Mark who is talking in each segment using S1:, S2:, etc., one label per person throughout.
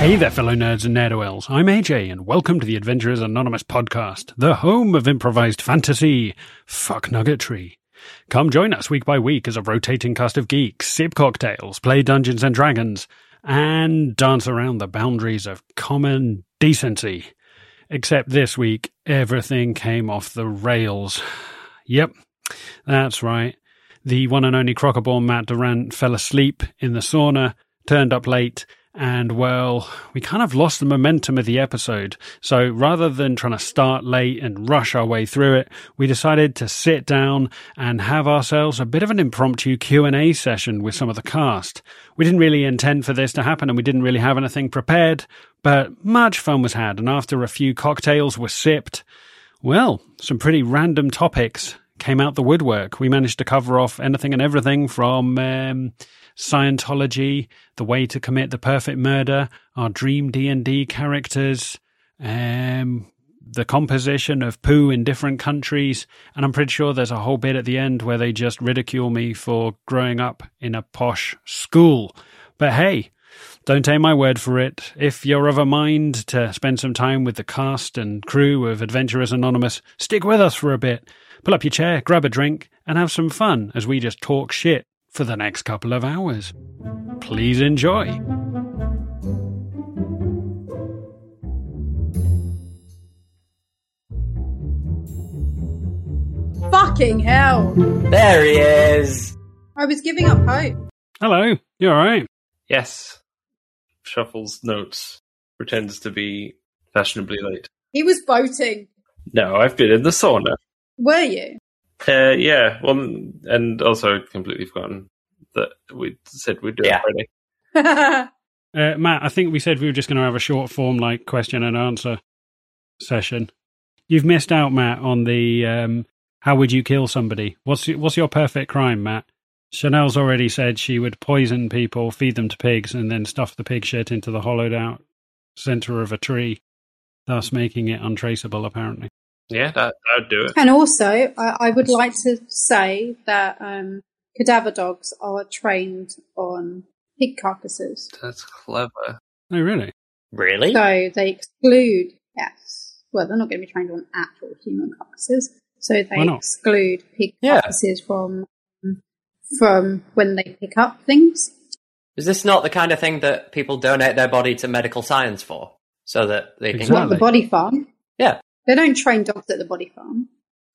S1: Hey there, fellow nerds and nerd oils. I'm AJ, and welcome to the Adventurers Anonymous podcast, the home of improvised fantasy, fuck nuggetry. Come join us week by week as a rotating cast of geeks sip cocktails, play Dungeons and Dragons, and dance around the boundaries of common decency. Except this week, everything came off the rails. Yep, that's right. The one and only crocodile Matt Durant fell asleep in the sauna, turned up late, and well, we kind of lost the momentum of the episode. So rather than trying to start late and rush our way through it, we decided to sit down and have ourselves a bit of an impromptu Q&A session with some of the cast. We didn't really intend for this to happen and we didn't really have anything prepared, but much fun was had and after a few cocktails were sipped, well, some pretty random topics came out the woodwork. We managed to cover off anything and everything from um, Scientology, the way to commit the perfect murder, our dream D and D characters, um, the composition of poo in different countries, and I'm pretty sure there's a whole bit at the end where they just ridicule me for growing up in a posh school. But hey, don't take my word for it. If you're of a mind to spend some time with the cast and crew of Adventurers Anonymous, stick with us for a bit. Pull up your chair, grab a drink, and have some fun as we just talk shit for the next couple of hours. Please enjoy.
S2: Fucking hell.
S3: There he is.
S2: I was giving up hope.
S1: Hello, you alright?
S4: Yes. Shuffles notes. Pretends to be fashionably late.
S2: He was boating.
S4: No, I've been in the sauna.
S2: Were you?
S4: Uh, yeah. Well, and also completely forgotten that we said we'd do
S3: Yeah.
S4: it Friday.
S2: That's
S1: Uh, Matt, I think we said we were just going to have a short form like question and answer session. You've missed out, Matt, on the um, how would you kill somebody? What's y- what's your perfect crime, Matt? Chanel's already said she would poison people, feed them to pigs, and then stuff the pig shit into the hollowed out center of a tree, thus making it untraceable. Apparently,
S4: Yeah, that that'd do it.
S2: And also, I, I would like to say that um, cadaver dogs are trained on pig carcasses.
S4: That's clever.
S1: oh really?
S3: Really?
S2: So they exclude, yes. Well, they're not going to be trained on actual human carcasses. So
S1: Why
S2: they
S1: not?
S2: exclude pig
S3: Yeah.
S2: carcasses from from when they pick up things.
S3: Is this not the kind of thing that people donate their body to medical science for? So that they can.
S1: Exactly.
S2: Not the body farm.
S3: Yeah.
S2: They don't train dogs at the body farm.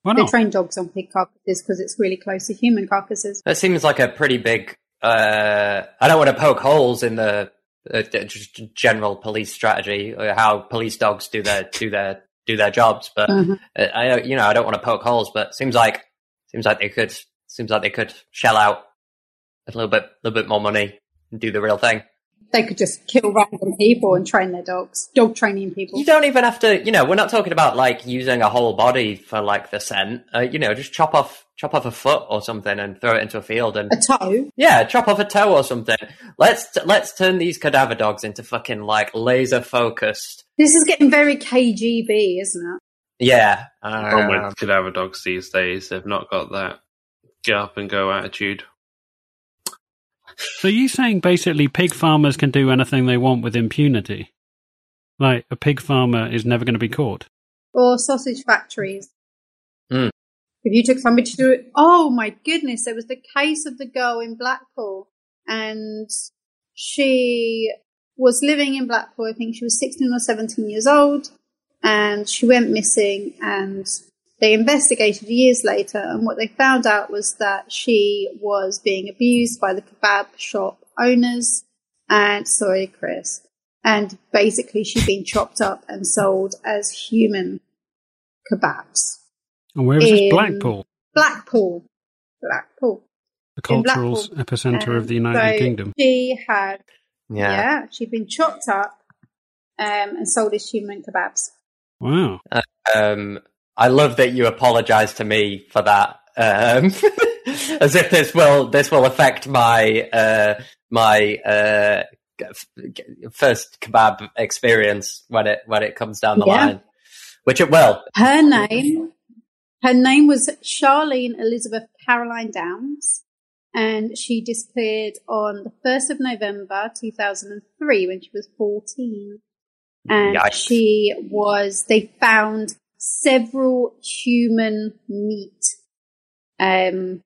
S1: Why
S3: Oh,
S2: They
S1: not?
S2: train dogs on pig carcasses because it's really close to human carcasses.
S3: That seems like a pretty big. Uh, I don't want to poke holes in the uh, g- g- general police strategy, uh, how police dogs do their do their do their jobs. But
S2: Mhm.
S3: uh, I, don't- you know, I don't want to poke holes. But it seems like seems like they could seems like they could shell out a little bit little bit more money and do the real thing.
S2: They could just kill random people and train their dogs. Dog training people.
S3: You don't even have to, you know, we're not talking about like using a whole body for like the scent. Uh, you know, just chop off, chop off a foot or something and throw it into a field and
S2: A toe.
S3: yeah, chop off a toe or something. Let's, let's turn these cadaver dogs into fucking like laser focused.
S2: This is getting very KGB, isn't it?
S3: Yeah. Um,
S4: Oh my cadaver dogs these days have not got that get up and go attitude.
S1: So you saying basically pig farmers can do anything they want with impunity? Like a pig farmer is never going to be caught.
S2: Or sausage factories.
S3: Mm.
S2: If you took somebody to do it, oh my goodness, there was the case of the girl in Blackpool and she was living in Blackpool. I think she was 16 or 17 years old and she went missing and they investigated years later and what they found out was that she was being abused by the kebab shop owners and sorry Chris and basically she'd been chopped up and sold as human kebabs.
S1: And where is this
S2: In-
S1: Blackpool?
S2: Blackpool. Blackpool.
S1: the
S2: in
S1: cultural s-
S2: Blackpool.
S1: epicenter of
S2: Um,
S1: the United
S2: so
S1: Kingdom.
S2: She had, yeah.
S3: yeah.
S2: she'd been chopped up um, and sold as human kebabs.
S1: Wow.
S3: Um, I love that you apologize to me for that. Um, as if this will this will affect my uh, my uh, g- f- g- first kebab experience when it when it comes down the
S2: Yeah.
S3: line, which it will.
S2: Her name, her name was Charlene Elizabeth Caroline Downs, and she disappeared on the 1st of November 2003 when she was 14. And
S3: Yikes.
S2: she was, they found several human meat, um,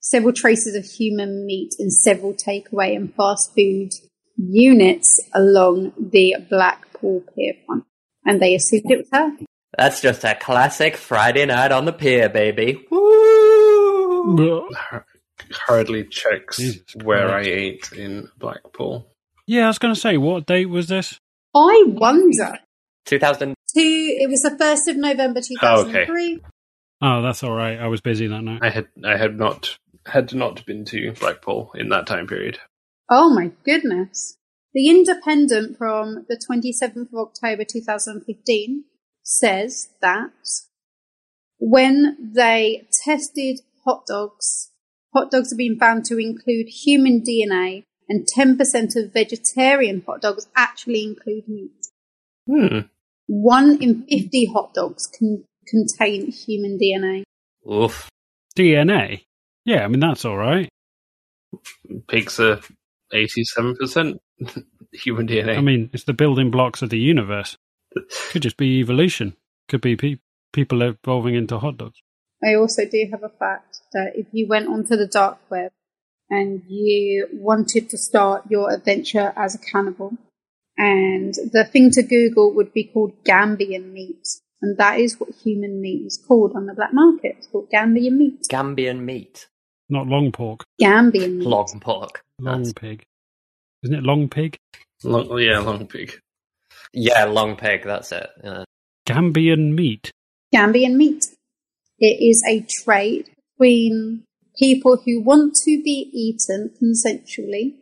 S2: several traces of human meat in several takeaway and fast food units along the Blackpool pier front. And they assumed it was her.
S3: That's just a classic Friday night on the pier, baby.
S2: Oh.
S3: Woo!
S4: Hurriedly checks
S1: Jesus
S4: where
S1: Christ.
S4: I ate in Blackpool.
S1: Yeah, I was going to say, what date was this?
S2: I wonder.
S3: 2000.
S2: Two, it was the 1st of November 2003.
S1: Oh, that's all right. I was busy that night.
S4: I had I had not had not been to Blackpool in that time period.
S2: Oh my goodness. The Independent from the 27th of October 2015 says that when they tested hot dogs, hot dogs have been found to include human DNA and 10% of vegetarian hot dogs actually include meat.
S4: Hmm.
S2: One in 50 hot dogs can contain human DNA.
S3: Oof.
S1: DNA. Yeah, I mean that's all right.
S4: Pigs are eighty-seven percent human DNA.
S1: I mean, it's the building blocks of the universe. Could just be evolution. Could be pe- people evolving into hot dogs.
S2: I also do have a fact that if you went onto the dark web and you wanted to start your adventure as a cannibal, and the thing to Google would be called Gambian meat, and that is what human meat is called on the black market. It's called Gambian meat.
S3: Gambian meat.
S1: Not long pork,
S2: Gambian meat.
S3: Long pork.
S1: long
S3: That's-
S1: pig. Isn't it long pig?
S4: long, yeah, long pig.
S3: yeah, long pig. That's it. Yeah.
S1: Gambian meat.
S2: Gambian meat. It is a trade between people who want to be eaten consensually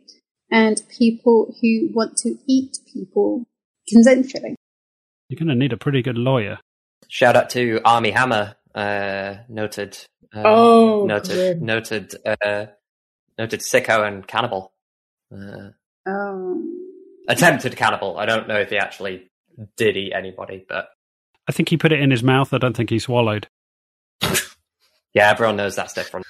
S2: and people who want to eat people consensually.
S1: You're going to need a pretty good lawyer.
S3: Shout out to Army Hammer, uh, noted. Uh,
S2: Oh,
S3: noted,
S2: good.
S3: noted, uh, noted sicko and cannibal. Uh,
S2: Oh.
S3: attempted cannibal. I don't know if he actually did eat anybody, but
S1: I think he put it in his mouth. I don't think he swallowed.
S3: yeah, everyone knows that's different.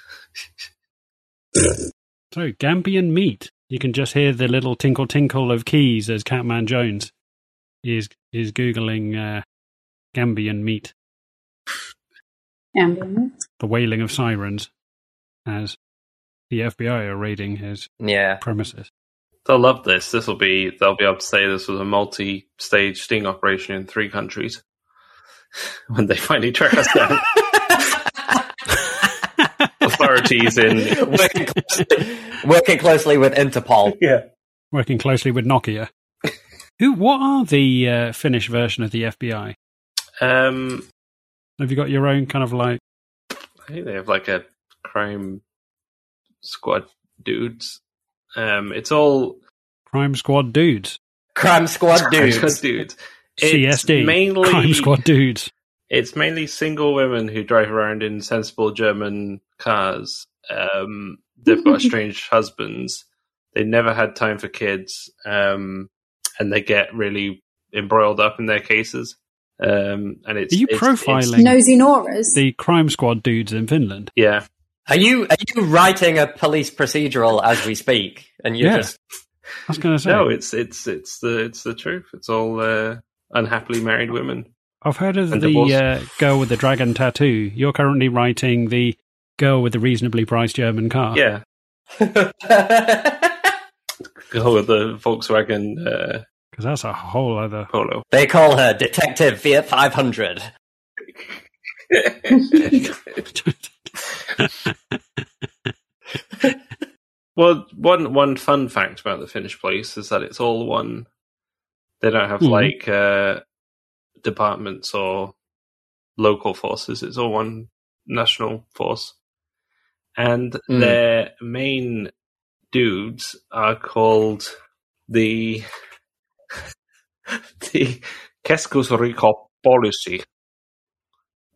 S1: So Gambian meat. You can just hear the little tinkle tinkle of keys as Catman Jones is is googling uh, Gambian meat.
S2: Ambient.
S1: the wailing of sirens as the FBI are raiding his
S3: Yeah.
S1: premises.
S4: They'll love this. This will be. They'll be able to say this was a multi-stage sting operation in three countries when they finally track us down. Authorities in
S3: working, closely, working closely with Interpol.
S4: yeah.
S1: Working closely with Nokia. Who? What are the uh, Finnish version of the FBI?
S4: Um,
S1: Have you got your own kind of like?
S4: I think they have like a crime squad dudes. Um, it's all
S1: Crime Squad dudes,
S3: Crime squad
S4: crime
S3: dudes.
S4: squad dudes. It's
S1: CSD,
S4: mainly
S1: Crime Squad dudes.
S4: It's mainly single women who drive around in sensible German cars. Um, they've got strange husbands. They never had time for kids, um, and they get really embroiled up in their cases. Um, and it's
S1: Are you
S4: it's- it's-
S1: profiling?
S2: Nosy Noras.
S1: The Crime Squad dudes in Finland.
S4: yeah,
S3: Are you are you writing a police procedural as we speak? And you
S1: Yeah.
S3: just
S1: I was going to say.
S4: no, it's it's it's the it's the truth. It's all uh, unhappily married women.
S1: I've heard of
S4: And
S1: the
S4: divorce.
S1: uh, girl with the dragon tattoo. You're currently writing the girl with the reasonably priced German car.
S4: Yeah, go with the Volkswagen uh,
S1: because that's a whole other.
S4: Polo.
S3: they call her Detective Fiat 500.
S4: Well, one one fun fact about the Finnish police is that it's all one. They don't have
S1: Mhm.
S4: like uh, departments or local forces. It's all one national force, and
S3: Mm.
S4: their main dudes are called the the Keskusrikos Policy,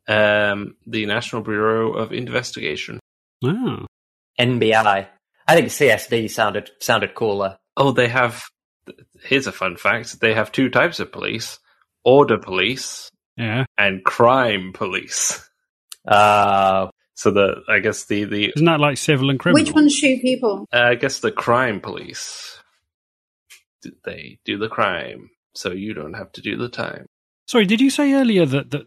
S4: um, the National Bureau of Investigation.
S1: Wow.
S3: NBI. I think CSD sounded sounded cooler.
S4: Oh, they have. Here's a fun fact: they have two types of police: order police
S1: Yeah.
S4: and crime police.
S3: Uh,
S4: So the I guess the the
S1: Isn't that like civil and criminal?
S2: Which ones shoot people?
S4: uh, I guess the crime police D- they do the crime, so you don't have to do the time.
S1: Sorry, did you say earlier that, that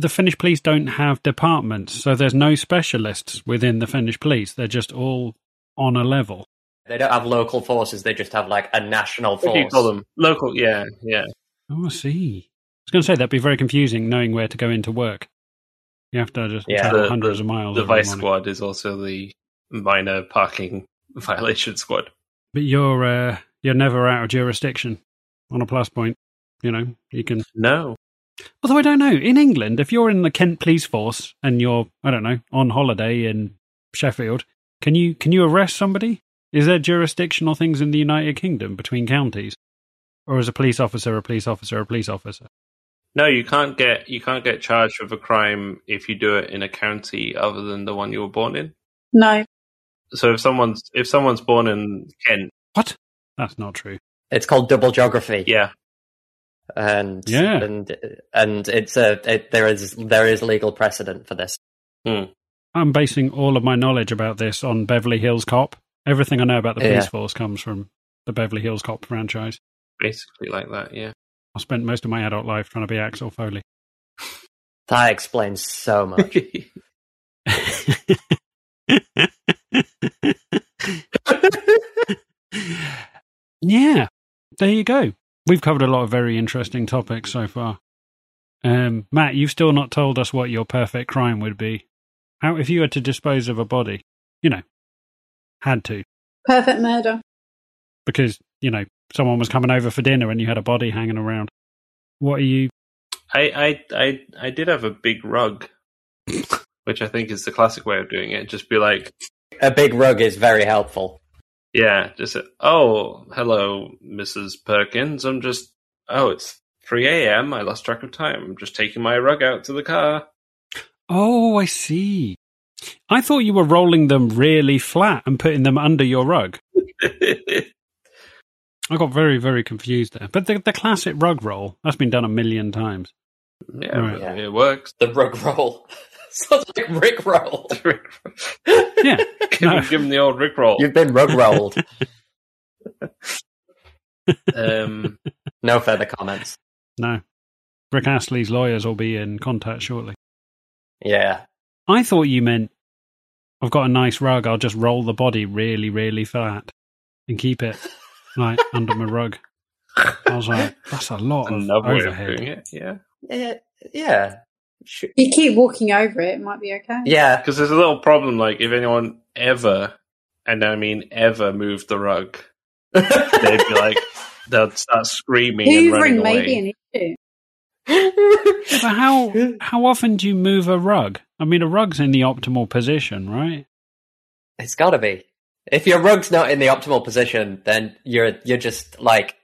S1: the Finnish police don't have departments, so there's no specialists within the Finnish police? They're just all on a level.
S3: They don't have local forces. They just have like a national force.
S4: What do you call them? Local, yeah, yeah.
S1: Oh, I see. I was going to say that'd be very confusing knowing where to go into work. You have to just
S3: Yeah.
S1: travel
S4: The-
S1: hundreds of miles.
S4: The
S1: every
S4: vice
S1: morning.
S4: squad is also the minor parking violation squad.
S1: But you're uh, you're never out of jurisdiction on a plus point. You know, you can.
S4: No,
S1: Although I don't know, in England, if you're in the Kent Police Force and you're, I don't know, on holiday in Sheffield, can you can you arrest somebody? Is there jurisdictional things in the United Kingdom between counties, or is a police officer a police officer a police officer?
S4: no, you can't get you can't get charged with a crime if you do it in a county other than the one you were born in.
S2: No.
S4: So if someone's if someone's born in Kent,
S1: What? That's not true.
S3: It's called double geography.
S4: yeah,
S3: and
S1: Yeah.
S3: and and it's a it, there is there is legal precedent for this.
S1: I'm basing all of my knowledge about this on Beverly Hills Cop. Everything I know about the police
S3: Yeah.
S1: force comes from the Beverly Hills Cop franchise.
S4: basically like that. Yeah,
S1: I spent most of my adult life trying to be Axel Foley.
S3: That explains so much.
S1: yeah, there you go. We've covered a lot of very interesting topics so far. Um, Matt, you've still not told us what your perfect crime would be. How, if you had to dispose of a body, you know, had to,
S2: Perfect murder.
S1: because, you know, someone was coming over for dinner and you had a body hanging around. What are you?
S4: I I I I did have a big rug, which I think is the classic way of doing it. Just be like,
S3: a big rug is very helpful.
S4: yeah, just oh hello, Mrs. Perkins. I'm just oh it's three a.m. I lost track of time. I'm just taking my rug out to the car.
S1: Oh, I see. I thought you were rolling them really flat and putting them under your rug. I got very, very confused there. But the, the classic rug roll, that's been done a million times.
S4: yeah,
S1: Right.
S4: but it works.
S3: The rug roll sounds like Rick roll.
S1: Yeah.
S4: Give,
S1: No.
S4: him, give him the old Rickroll.
S3: You've been rug rolled.
S4: Um,
S3: no further comments.
S1: No. Rick Astley's lawyers will be in contact shortly.
S3: Yeah,
S1: I thought you meant I've got a nice rug, I'll just roll the body really, really flat and keep it like under my rug. I was like, that's a lot of
S4: another way of doing
S1: overhead.
S4: it, yeah.
S3: yeah, yeah. Sh-
S2: If you keep walking over it, it might be okay.
S3: Yeah,
S4: Because there's a little problem. Like, if anyone ever, and I mean ever, moved the rug, they'd be like, they'd start screaming and running
S2: Hoovering
S4: away.
S2: may be an issue.
S1: Yeah, but how how often do you move a rug? I mean a rug's in the optimal position, right?
S3: it's got to be. If your rug's not in the optimal position, then you're you're just like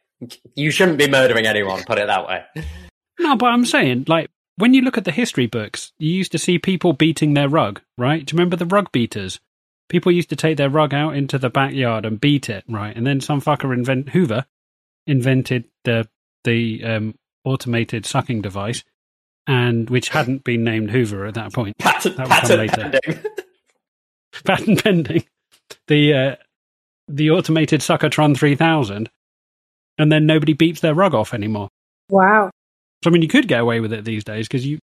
S3: you shouldn't be murdering anyone. Put it that way.
S1: No, but I'm saying, like, when you look at the history books, you used to see people beating their rug, right? Do you remember the rug beaters? People used to take their rug out into the backyard and beat it, right? And then some fucker invent Hoover invented the the um, automated sucking device, and which hadn't been named Hoover at that point.
S3: Patent,
S1: That would come
S3: patent
S1: later.
S3: pending.
S1: patent pending the uh, the automated Suckertron 3000, and then nobody beats their rug off anymore.
S2: Wow.
S1: So I mean, you could get away with it these days because you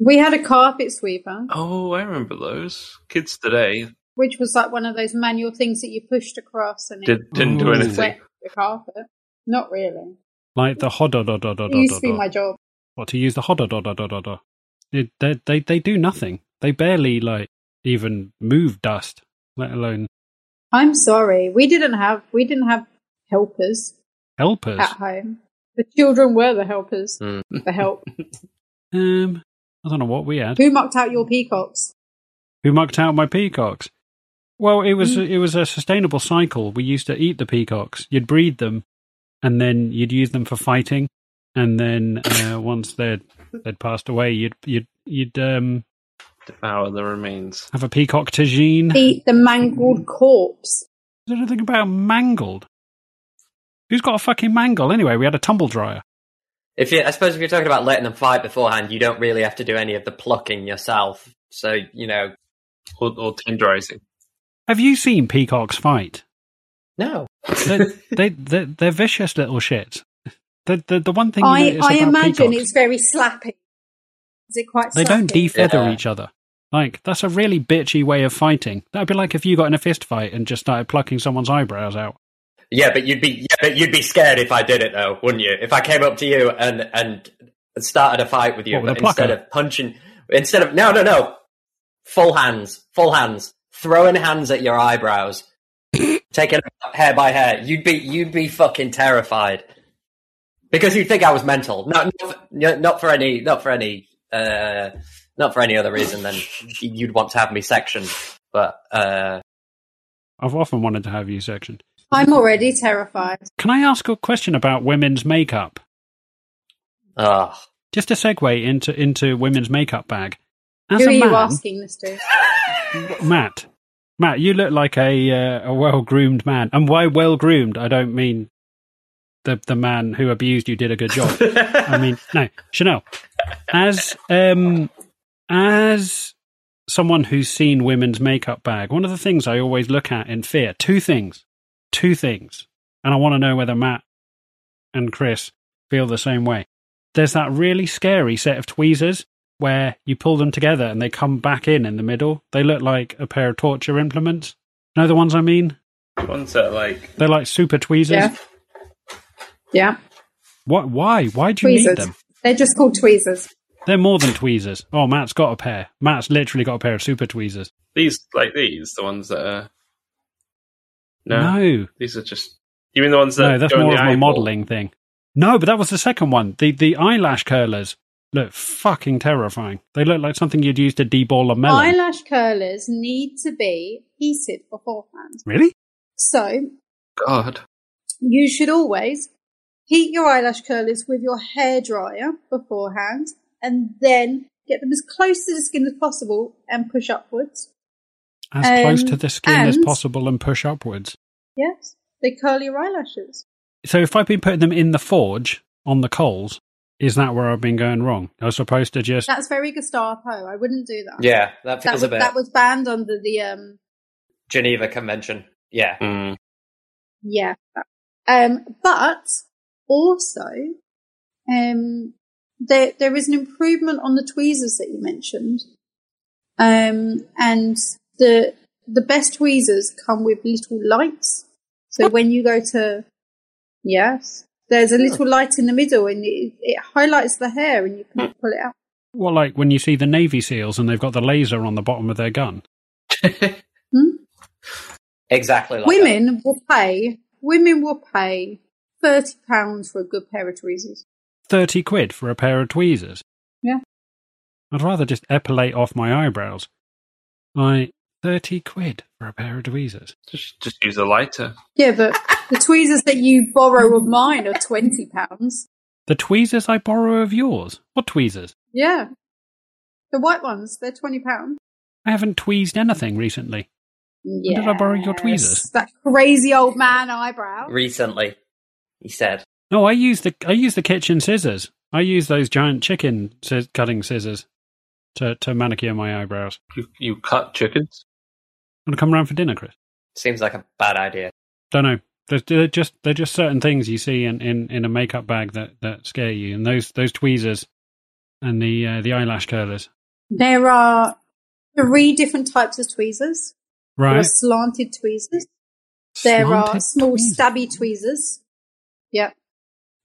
S2: We had a carpet sweeper,
S4: Oh, I remember those kids today
S2: which was like one of those manual things that you pushed across and it
S4: did, didn't do
S1: Ooh.
S4: anything.
S2: wet the carpet. Not really.
S1: like the hododododododod.
S2: It used to be my job.
S1: or to use the hoda da da da da da. They, they they they do nothing. They barely like even move dust, let alone
S2: I'm sorry. We didn't have we didn't have helpers
S1: helpers.
S2: at home. The children were the helpers.
S4: Mm.
S3: Hmm.
S2: The help.
S1: Um, I don't know what we had.
S2: Who mucked out your peacocks?
S1: Who mucked out my peacocks? Well, it was it was a sustainable cycle. We used to eat the peacocks. You'd breed them, and then you'd use them for fighting, and then uh, once they'd they'd passed away, you'd you'd you'd um
S4: Devour the remains.
S1: have a peacock tagine.
S2: Eat the mangled corpse.
S1: There's anything about mangled. Who's got a fucking mangle anyway? We had a tumble dryer.
S3: If you, I suppose, if you're talking about letting them fight beforehand, you don't really have to do any of the plucking yourself. So you know,
S4: or, or tenderizing.
S1: Have you seen peacocks fight?
S3: No.
S1: They're, they, they're, they're vicious little shit. The, the, the one thing you
S2: I,
S1: notice
S2: I
S1: about
S2: imagine
S1: peacocks,
S2: it's very slappy. Is it quite?
S1: they
S2: slappy?
S1: don't defeather
S3: Yeah.
S1: each other. Like, that's a really bitchy way of fighting. That'd be like if you got in a fist fight and just started plucking someone's eyebrows out.
S3: Yeah, but you'd be yeah, but you'd be scared if I did it though, wouldn't you? If I came up to you and and started a fight with you,
S1: What, with a
S3: but instead
S1: plucker?
S3: of punching, instead of no, no, no, full hands, full hands, throwing hands at your eyebrows, taking them hair by hair, you'd be you'd be fucking terrified because you'd think I was mental. Not not for, not for any not for any uh, not for any other reason than you'd want to have me sectioned, but. uh
S1: I've often wanted to have you sectioned.
S2: I'm already terrified.
S1: Can I ask a question about women's makeup?
S3: Oh,
S1: Just a segue into into women's makeup bag. As a
S2: Who are
S1: man,
S2: you asking this to?
S1: Matt, Matt, you look like a uh, a well groomed man, and why well groomed? I don't mean the the man who abused you did a good job. I mean, no, Chanel. As um, as someone who's seen women's makeup bag, one of the things I always look at in fear, two things, two things, and I want to know whether Matt and Chris feel the same way. There's that really scary set of tweezers where you pull them together and they come back in in the middle. They look like a pair of torture implements. Know the ones I mean?
S4: Ones that like
S1: They're like super tweezers.
S2: Yeah. Yeah.
S1: What? Why? Why do you need
S2: Tweezers.
S1: them?
S2: They're just called tweezers.
S1: They're more than tweezers. Oh, Matt's got a pair. Matt's literally got a pair of super tweezers.
S4: these, like these, the ones that are. No,
S1: No,
S4: these are just. You mean the ones that?
S1: no, that's
S4: go in
S1: more
S4: the
S1: of my
S4: eyeball?
S1: modelling thing. No, but that was the second one. The the eyelash curlers look fucking terrifying. They look like something you'd use to deball a melon.
S2: Eyelash curlers need to be heated beforehand.
S1: really?
S2: So
S4: God,
S2: you should always heat your eyelash curlers with your hairdryer beforehand and then get them as close to the skin as possible and push upwards.
S1: As
S2: Um,
S1: close to the skin as
S2: and-
S1: possible and push upwards.
S2: Yes. They curl your eyelashes.
S1: So if I've been putting them in the forge on the coals, is that where I've been going wrong? I was supposed to just
S2: That's very Gestapo. I wouldn't do that.
S3: yeah,
S2: That
S3: that feels
S2: was,
S3: a bit.
S2: that was banned under the um
S3: Geneva Convention. Yeah.
S4: Mm.
S2: yeah. Um but also um there there is an improvement on the tweezers that you mentioned. Um and the the best tweezers come with little lights. So when you go to yes, there's
S3: Oh.
S2: a little light in the middle and it, it highlights the hair and you can
S3: Hmm.
S2: pull it out.
S1: well, like when you see the Navy SEALs and they've got the laser on the bottom of their gun.
S3: Exactly like
S2: women will pay women will pay thirty pounds for a good pair of tweezers.
S1: Thirty quid for a pair of tweezers.
S2: Yeah.
S1: I'd rather just epilate off my eyebrows. Like thirty quid for a pair of tweezers.
S4: just just use a lighter.
S2: Yeah, but the tweezers that you borrow of mine are twenty pounds.
S1: The tweezers I borrow of yours. What tweezers?
S2: Yeah. The white ones, they're twenty pounds.
S1: I haven't tweezed anything recently.
S2: Yeah.
S1: did I borrow your tweezers?
S2: That crazy old man
S3: that.
S2: eyebrow.
S3: recently. He said,
S1: No, I use the I use the kitchen scissors. I use those giant chicken scis- cutting scissors to to manicure my eyebrows.
S4: You you cut chickens.
S1: Want to come round for dinner, Chris?
S3: "Seems like a bad idea."
S1: Don't know. There's they're just they're just certain things you see in, in, in a makeup bag that, that scare you, and those those tweezers and the uh, the eyelash curlers.
S2: There are three different types of tweezers. There are
S1: Right.
S2: slanted tweezers. There are
S1: Slanted
S2: small
S1: tweezers.
S2: stabby tweezers. Yep.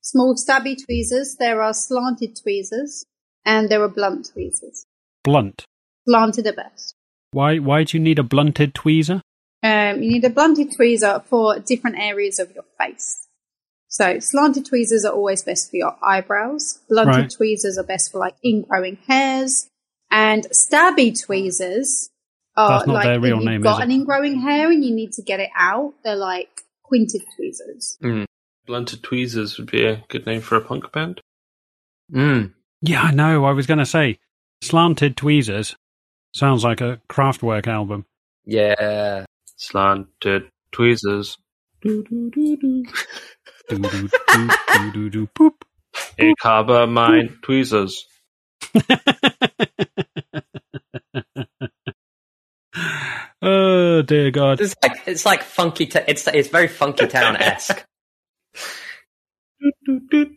S2: Small stabby tweezers. There are slanted tweezers. And there are blunt tweezers.
S1: blunt.
S2: Slanted are best.
S1: Why why do you need a blunted tweezer?
S2: Um, you need a blunted tweezer for different areas of your face. So slanted tweezers are always best for your eyebrows. Blunted
S1: Right.
S2: tweezers are best for like ingrowing hairs. And stabby tweezers are
S1: That's not
S2: like
S1: their
S2: if
S1: real
S2: you've
S1: name,
S2: got
S1: is it?
S2: an ingrowing hair and you need to get it out. They're like quinted tweezers.
S4: Blunted tweezers would be a good name for a punk band.
S3: Mm.
S1: Yeah, I know. I was going to say slanted tweezers sounds like a Kraftwerk album.
S3: Yeah.
S4: Slanted tweezers.
S1: Doo doo doo doo doo doo boop.
S4: Ich habe mein tweezers.
S1: Oh dear God!
S3: It's like it's like funky. T- it's it's very funky town esque.
S1: Do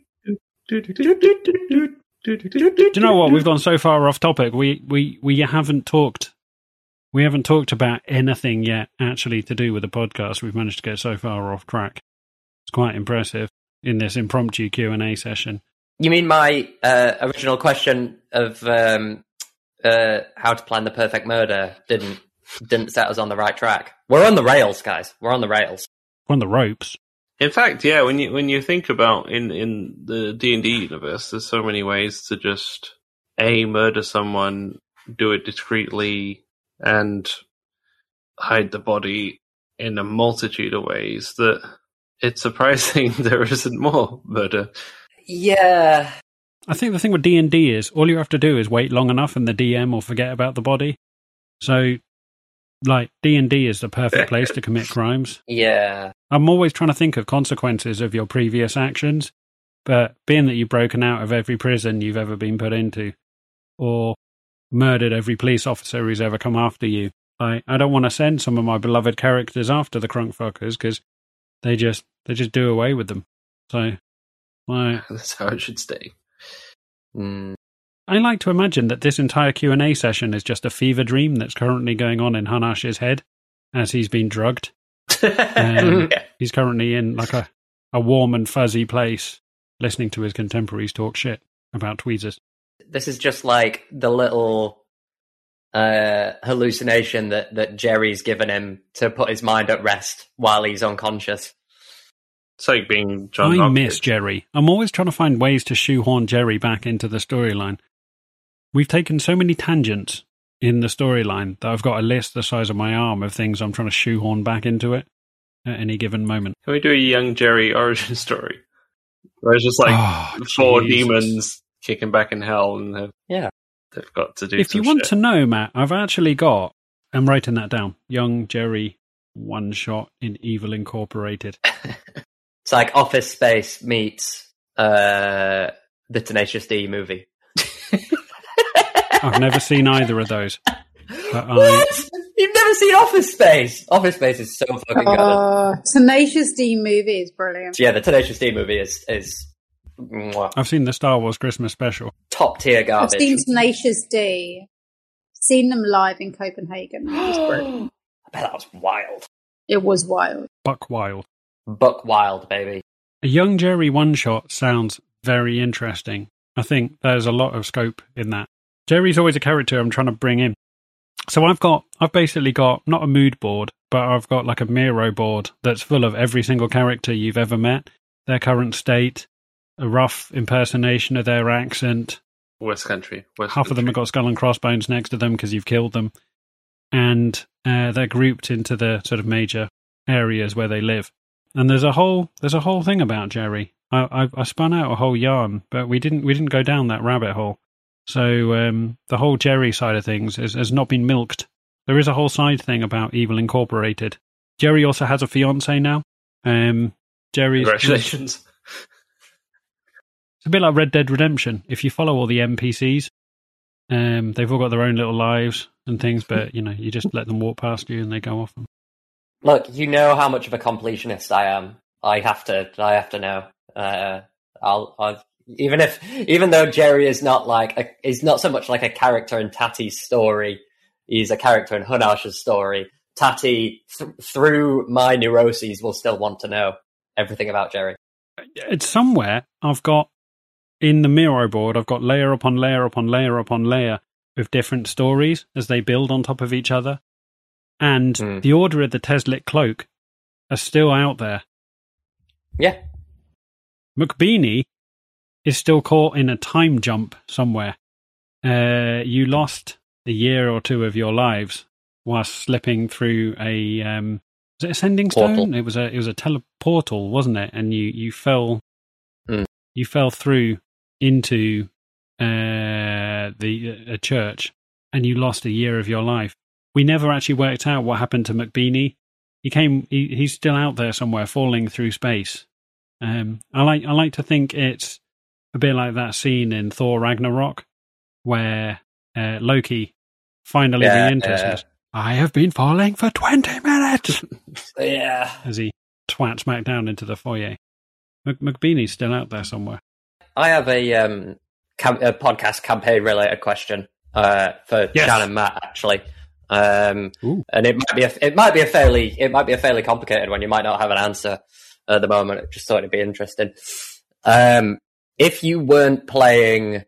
S1: you know what? We've gone so far off topic. We we we haven't talked. We haven't talked about anything yet, actually, to do with the podcast. We've managed to get so far off track. It's quite impressive in this impromptu Q and A session.
S3: You mean my uh, original question of um, uh, how to plan the perfect murder didn't didn't set us on the right track? We're on the rails, guys. We're on the rails.
S1: On the ropes.
S4: In fact, yeah, when you when you think about in in the D and D universe, there's so many ways to just a murder someone, do it discreetly, and hide the body in a multitude of ways. That it's surprising there isn't more murder.
S3: Yeah,
S1: I think the thing with D and D is all you have to do is wait long enough, and the DM will forget about the body. So, like D and D is the perfect place to commit crimes.
S3: yeah.
S1: I'm always trying to think of consequences of your previous actions, but being that you've broken out of every prison you've ever been put into, or murdered every police officer who's ever come after you, I, I don't want to send some of my beloved characters after the crunk fuckers because they just they just do away with them. So, I
S4: That's how it should stay.
S3: Mm.
S1: I like to imagine that this entire Q and A session is just a fever dream that's currently going on in Hanash's head as he's been drugged. Um, he's currently in like a, a warm and fuzzy place listening to his contemporaries talk shit about tweezers.
S3: This is just like the little uh, hallucination that that Jerry's given him to put his mind at rest while he's unconscious.
S4: It's like being John.
S1: I
S4: Hopkins.
S1: miss Jerry. I'm always trying to find ways to shoehorn Jerry back into the storyline. We've taken so many tangents in the storyline that I've got a list the size of my arm of things I'm trying to shoehorn back into it at any given moment.
S4: Can we do a young Jerry origin story? Where it's just like
S1: Oh,
S4: four
S1: Jesus.
S4: demons kicking back in hell, and they've,
S3: Yeah.
S4: they've got to do.
S1: If
S4: some
S1: you want
S4: shit.
S1: to know, Matt, I've actually got. I'm writing that down. Young Jerry, one shot in Evil Incorporated.
S3: It's like Office Space meets uh, the Tenacious D movie.
S1: I've never seen either of those. But um, I,
S3: What? You've never seen Office Space? Office Space is so fucking good.
S2: Oh, Tenacious D movie is brilliant.
S3: Yeah, the Tenacious D movie is is mwah,
S1: I've seen the Star Wars Christmas special.
S3: top tier
S2: I've
S3: garbage.
S2: seen Tenacious D. Seen them live in Copenhagen. It was brilliant.
S3: I bet that was wild.
S2: It was wild.
S1: Buck Wild.
S3: Buck wild, baby.
S1: A young Jerry one shot sounds very interesting. I think there's a lot of scope in that. Jerry's always a character I'm trying to bring in. So I've got, I've basically got not a mood board, but I've got like a Miro board that's full of every single character you've ever met, their current state, a rough impersonation of their accent.
S4: West Country, West
S1: Half of them have
S4: Country.
S1: got skull and crossbones next to them because you've killed them. And uh, they're grouped into the sort of major areas where they live. And there's a whole there's a whole thing about Jerry. I, I, I spun out a whole yarn, but we didn't we didn't go down that rabbit hole. So um, the whole Jerry side of things is, has not been milked. There is a whole side thing about Evil Incorporated. Jerry also has a fiance now. Um, Jerry's
S4: Congratulations.
S1: it's a bit like Red Dead Redemption. If you follow all the NPCs, um, they've all got their own little lives and things, but you know, you just let them walk past you and they go off.
S3: Look, you know how much of a completionist I am. I have to. I have to know. Uh, I'll, I'll. Even if, even though Jerry is not like, a, is not so much like a character in Tati's story. He's a character in Hunash's story. Tati, th- through my neuroses, will still want to know everything about Jerry.
S1: It's somewhere I've got in the Miro board. I've got layer upon layer upon layer upon layer of different stories as they build on top of each other, and
S3: Hmm.
S1: the order of the Teslit cloak are still out there.
S3: Yeah,
S1: McBeanie is still caught in a time jump somewhere. Uh, you lost a year or two of your lives whilst slipping through a um, was it a sending stone?
S3: Portal.
S1: It was a it was a teleportal, wasn't it? And you you fell
S3: Mm.
S1: you fell through into uh, the a church, and you lost a year of your life. We never actually worked out what happened to McBeanie. He came. He, he's still out there somewhere, falling through space. Um, I like I like to think it's a bit like that scene in Thor Ragnarok where uh, Loki finally
S3: Yeah,
S1: re-enters
S3: yeah.
S1: us. I have been falling for 20 minutes
S3: Yeah.
S1: as he twats back down into the foyer. Mc- McBeanie's still out there somewhere.
S3: I have a um cam- a podcast campaign related question uh for
S1: Yes.
S3: Shannon and Matt actually. Um
S1: Ooh.
S3: and it might be a it might be a fairly it might be a fairly complicated one. You might not have an answer at the moment. I just thought it'd be interesting. Um if you weren't playing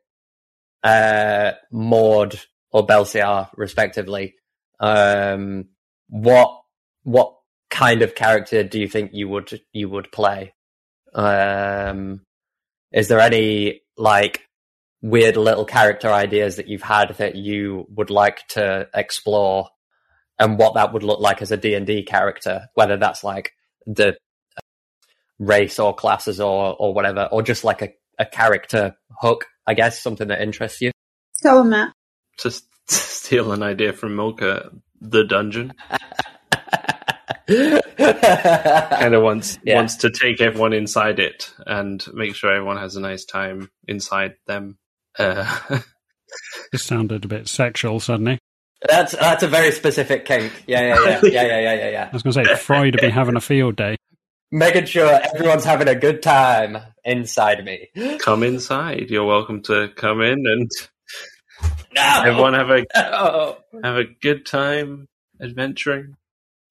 S3: uh Maud or Belciar respectively, um what what kind of character do you think you would you would play? Um is there any like weird little character ideas that you've had that you would like to explore and what that would look like as a D&D character whether that's like the uh, race or classes or or whatever or just like a, a character hook I guess something that interests you
S2: Go on, Matt.
S4: To s- to steal an idea from Milka, the dungeon kind of wants
S3: Yeah.
S4: wants to take everyone inside it and make sure everyone has a nice time inside them. Uh,
S1: This sounded a bit sexual suddenly.
S3: that's that's a very specific kink yeah yeah yeah yeah yeah yeah yeah, yeah.
S1: I was going to say, Freud would be having a field day.
S3: making sure everyone's having a good time inside me
S4: come inside. You're welcome to come in and
S3: no!
S4: everyone have a
S3: No.
S4: have a good time adventuring.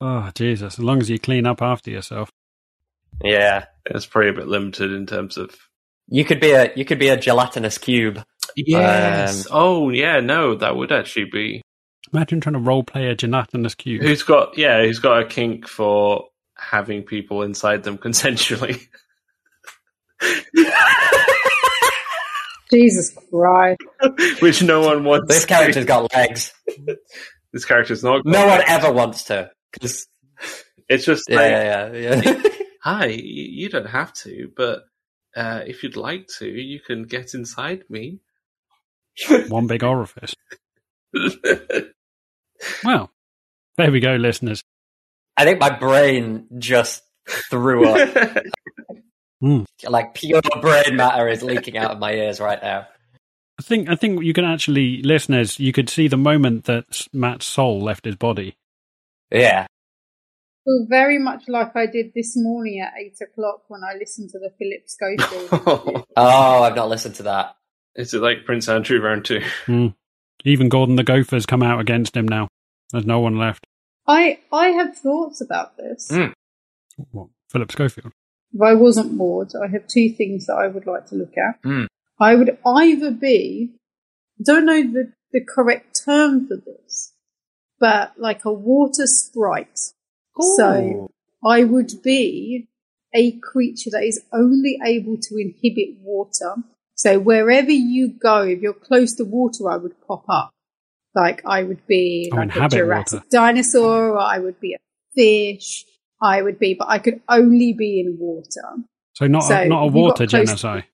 S1: Oh, Jesus. As long as you clean up after yourself.
S3: Yeah,
S4: It's probably a bit limited in terms of
S3: you could be a you could be a gelatinous cube.
S4: yes. oh yeah, no, that would actually be
S1: Imagine trying to roleplay a gelatinous cube.
S4: who's got yeah who's got a kink for having people inside them consensually.
S2: Jesus Christ.
S4: which no one wants.
S3: This character's got legs.
S4: This character's not.
S3: No one ever wants to. 'Cause-
S4: It's just like,
S3: yeah, yeah, yeah.
S4: hi, y- you don't have to, but uh, if you'd like to, you can get inside me.
S1: One big orifice. Well, there we go, listeners.
S3: I think my brain just threw up.
S4: That's
S3: like pure brain matter is leaking out of my ears right now.
S1: I think I think you can actually, listeners, you could see the moment that Matt's soul left his body.
S3: Yeah,
S2: Feel very much like I did this morning at eight o'clock when I listened to the Philip Schofield.
S3: Oh, I've not listened to that.
S4: Is it like Prince Andrew round two?
S1: Even Gordon the Gopher's come out against him now. There's no one left.
S2: I I had thoughts about this.
S3: Mm.
S1: What? Philip Schofield.
S2: If I wasn't bored, I have two things that I would like to look at.
S3: Mm.
S2: I would either be don't know the, the correct term for this, but like a water sprite. So I would be a creature that is only able to inhibit water. So wherever you go, if you're close to water, I would pop up. Like I would be
S1: Oh,
S2: like a
S1: inhabit
S2: Jurassic
S1: water.
S2: dinosaur, or I would be a fish. I would be, but I could only be in water.
S1: So not
S2: So
S1: a, not a
S2: you got
S1: water
S2: close-
S1: genocide.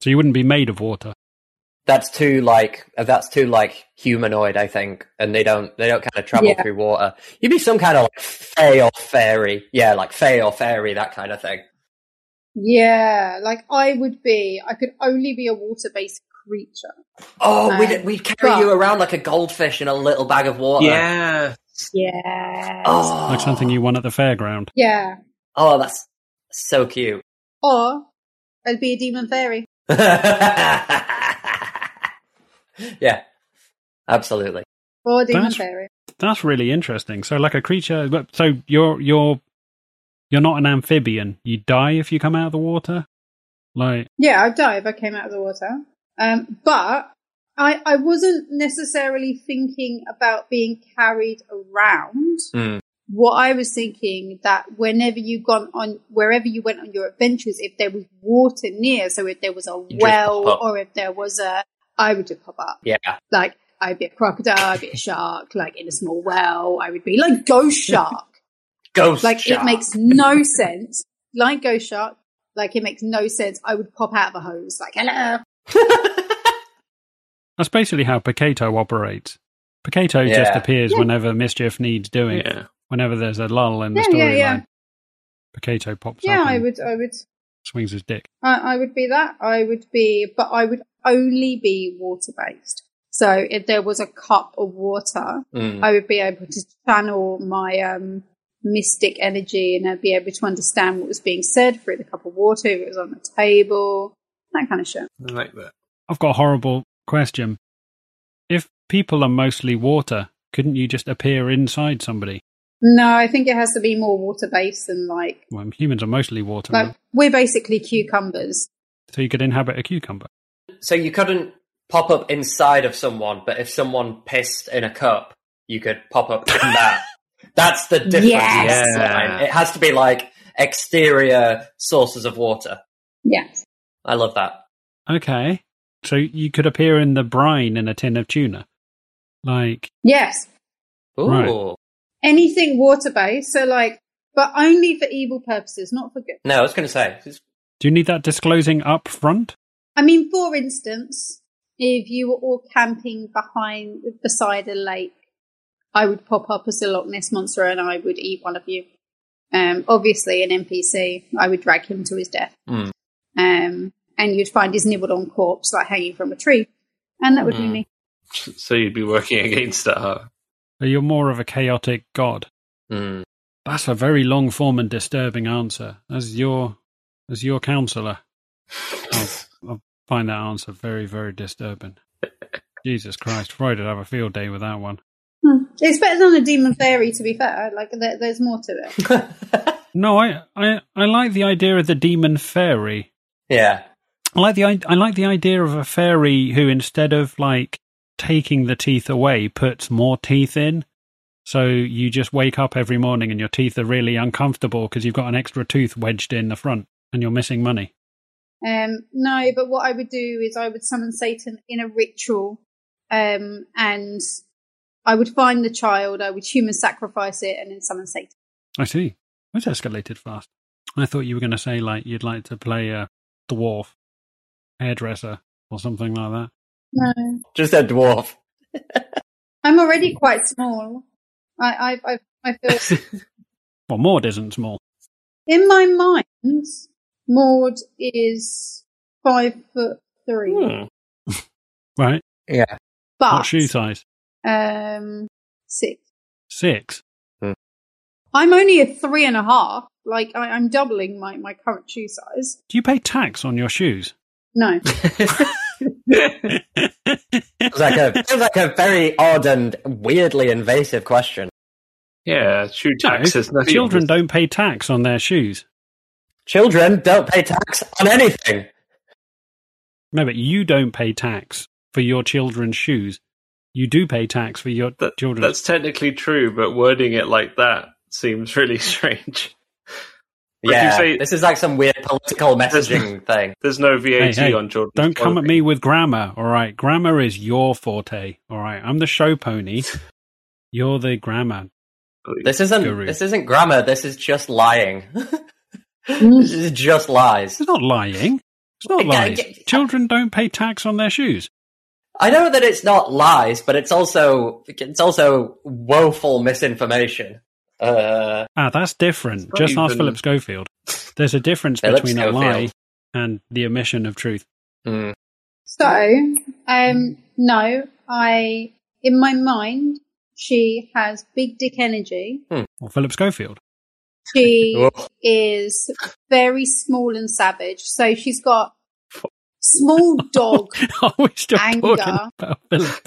S1: So you wouldn't be made of water.
S3: That's too like that's too like humanoid, I think, and they don't they don't kind of travel
S2: Yeah.
S3: through water. You'd be some kind of like fae or fairy, yeah, like fae or fairy, that kind of thing.
S2: Yeah, like I would be, I could only be a water based creature.
S3: Oh, we'd,
S2: Um,
S3: we'd carry
S2: but-
S3: you around like a goldfish in a little bag of water.
S4: yeah.
S2: Yeah.
S3: Oh,
S1: Like something you won at the fairground.
S2: Yeah.
S3: Oh, that's so cute.
S2: Or I'd be a demon fairy.
S3: yeah, absolutely.
S2: Or a demon
S1: That's-
S2: fairy.
S1: That's really interesting. So like a creature but so you're you're you're not an amphibian. You die if you come out of the water. Like
S2: Yeah, I'd die if I came out of the water. Um, but I, I wasn't necessarily thinking about being carried around.
S3: Mm.
S2: What I was thinking that whenever you gone on, wherever you went on your adventures, if there was water near, so if there was a
S3: just
S2: well
S3: pop up.
S2: or if there was a, I would just pop up.
S3: Yeah,
S2: Like I'd be a crocodile, I'd be a shark, like in a small well, I would be like ghost shark.
S3: ghost.
S2: Like
S3: shark.
S2: it makes no sense. Like Ghost Shark, like it makes no sense. I would pop out of a hose, like hello.
S1: That's basically how Pacato operates. Pacato just
S3: Yeah.
S1: appears
S2: Yeah.
S1: whenever mischief needs doing.
S4: Yeah.
S1: Whenever there's a lull in the
S2: Yeah, yeah,
S1: storyline,
S2: yeah.
S1: Pacato pops up
S2: Yeah,
S1: and
S2: I would, I would,
S1: swings his dick.
S2: I, I would be that. I would be, but I would only be water based. So if there was a cup of water,
S3: Mm.
S2: I would be able to channel my um, mystic energy and I'd be able to understand what was being said through the cup of water, if it was on the table, that kind of shit.
S4: I like that.
S1: I've got a horrible question. If people are mostly water, couldn't you just appear inside somebody?
S2: No, I think it has to be more water based than like,
S1: Well, humans are mostly water,
S2: like we're basically cucumbers.
S1: so you could inhabit a cucumber.
S3: So you couldn't pop up inside of someone, but if someone pissed in a cup, you could pop up in that. That's the difference.
S2: Yes.
S4: Yeah.
S3: It has to be like exterior sources of water.
S2: Yes.
S3: I love that.
S1: Okay, so you could appear in the brine in a tin of tuna, like
S2: Yes.
S3: Ooh.
S1: Right.
S2: Anything water based. So like, but only for evil purposes, not for good.
S3: No, I was going to say. it's-
S1: Do you need that disclosing up front?
S2: I mean, for instance, if you were all camping behind beside a lake, I would pop up as a Loch Ness monster and I would eat one of you. Um, obviously, an NPC. I would drag him to his death,
S3: Mm.
S2: um, and you'd find his nibbled-on corpse like hanging from a tree, and that would be
S3: Mm.
S2: me.
S4: So you'd be working against that. huh?
S1: So you're more of a chaotic god.
S3: Mm.
S1: That's a very long form and disturbing answer. As your as your counselor, I find that answer very very disturbing. Jesus Christ, Freud would have a field day with that one.
S2: Hmm. It's better than a demon fairy, to be fair. Like there, there's more to it.
S1: No, I, I I like the idea of the demon fairy.
S3: yeah.
S1: I like the i- I like the idea of a fairy who instead of like taking the teeth away puts more teeth in. So you just wake up every morning and your teeth are really uncomfortable because you've got an extra tooth wedged in the front and you're missing money.
S2: Um, no, but what I would do is I would summon Satan in a ritual, um, and I would find the child, I would human sacrifice it, and then summon Satan.
S1: I see. That's escalated fast. I thought you were going to say like you'd like to play a dwarf hairdresser or something like that.
S2: No,
S3: Just a dwarf.
S2: I'm already quite small. I, I, I, I feel
S1: Well, Maud isn't small.
S2: in my mind, Maud is five foot three,
S4: Hmm.
S1: Right?
S2: but
S1: What shoe size?
S2: um, six.
S1: Six.
S2: I'm only a three and a half. Like I, I'm doubling my my current shoe size.
S1: Do you pay tax on your shoes?
S2: No.
S3: It's like a, it's like a very odd and weirdly invasive question.
S4: Yeah, shoe taxes.
S1: No, children don't pay tax on their shoes.
S3: Children don't pay tax on anything.
S1: No, but you don't pay tax for your children's shoes. You do pay tax for your
S4: That-
S1: children's.
S4: That's technically true, but wording it like that seems really strange. Like you
S3: Yeah.
S4: say-
S3: this is like some weird political messaging thing.
S4: There's no VAT
S1: Hey, hey,
S4: on children.
S1: Don't come at me with grammar, all right? Grammar is your forte, all right? I'm the show pony. You're the grammar.
S3: This isn't
S1: Guru.
S3: this isn't grammar. This is just lying. this is just lies.
S1: It's not lying. It's not
S3: Yeah, yeah,
S1: lies.
S3: yeah.
S1: Children don't pay tax on their shoes.
S3: I know that it's not lies, but it's also it's also woeful misinformation. Uh,
S1: Ah, that's different.
S4: not
S1: Just ask
S4: even-
S1: Philip Schofield. There's a difference
S3: Philip
S1: between a lie
S3: Schofield.
S1: and the omission of truth.
S3: mm,
S2: So, um, no, I, in my mind, she has big dick energy.
S1: Or Philip Schofield.
S2: She
S1: Oh.
S3: Whoa.
S2: is very small and savage. So she's got small dog
S1: Are we still talking
S2: anger.
S1: about Philip?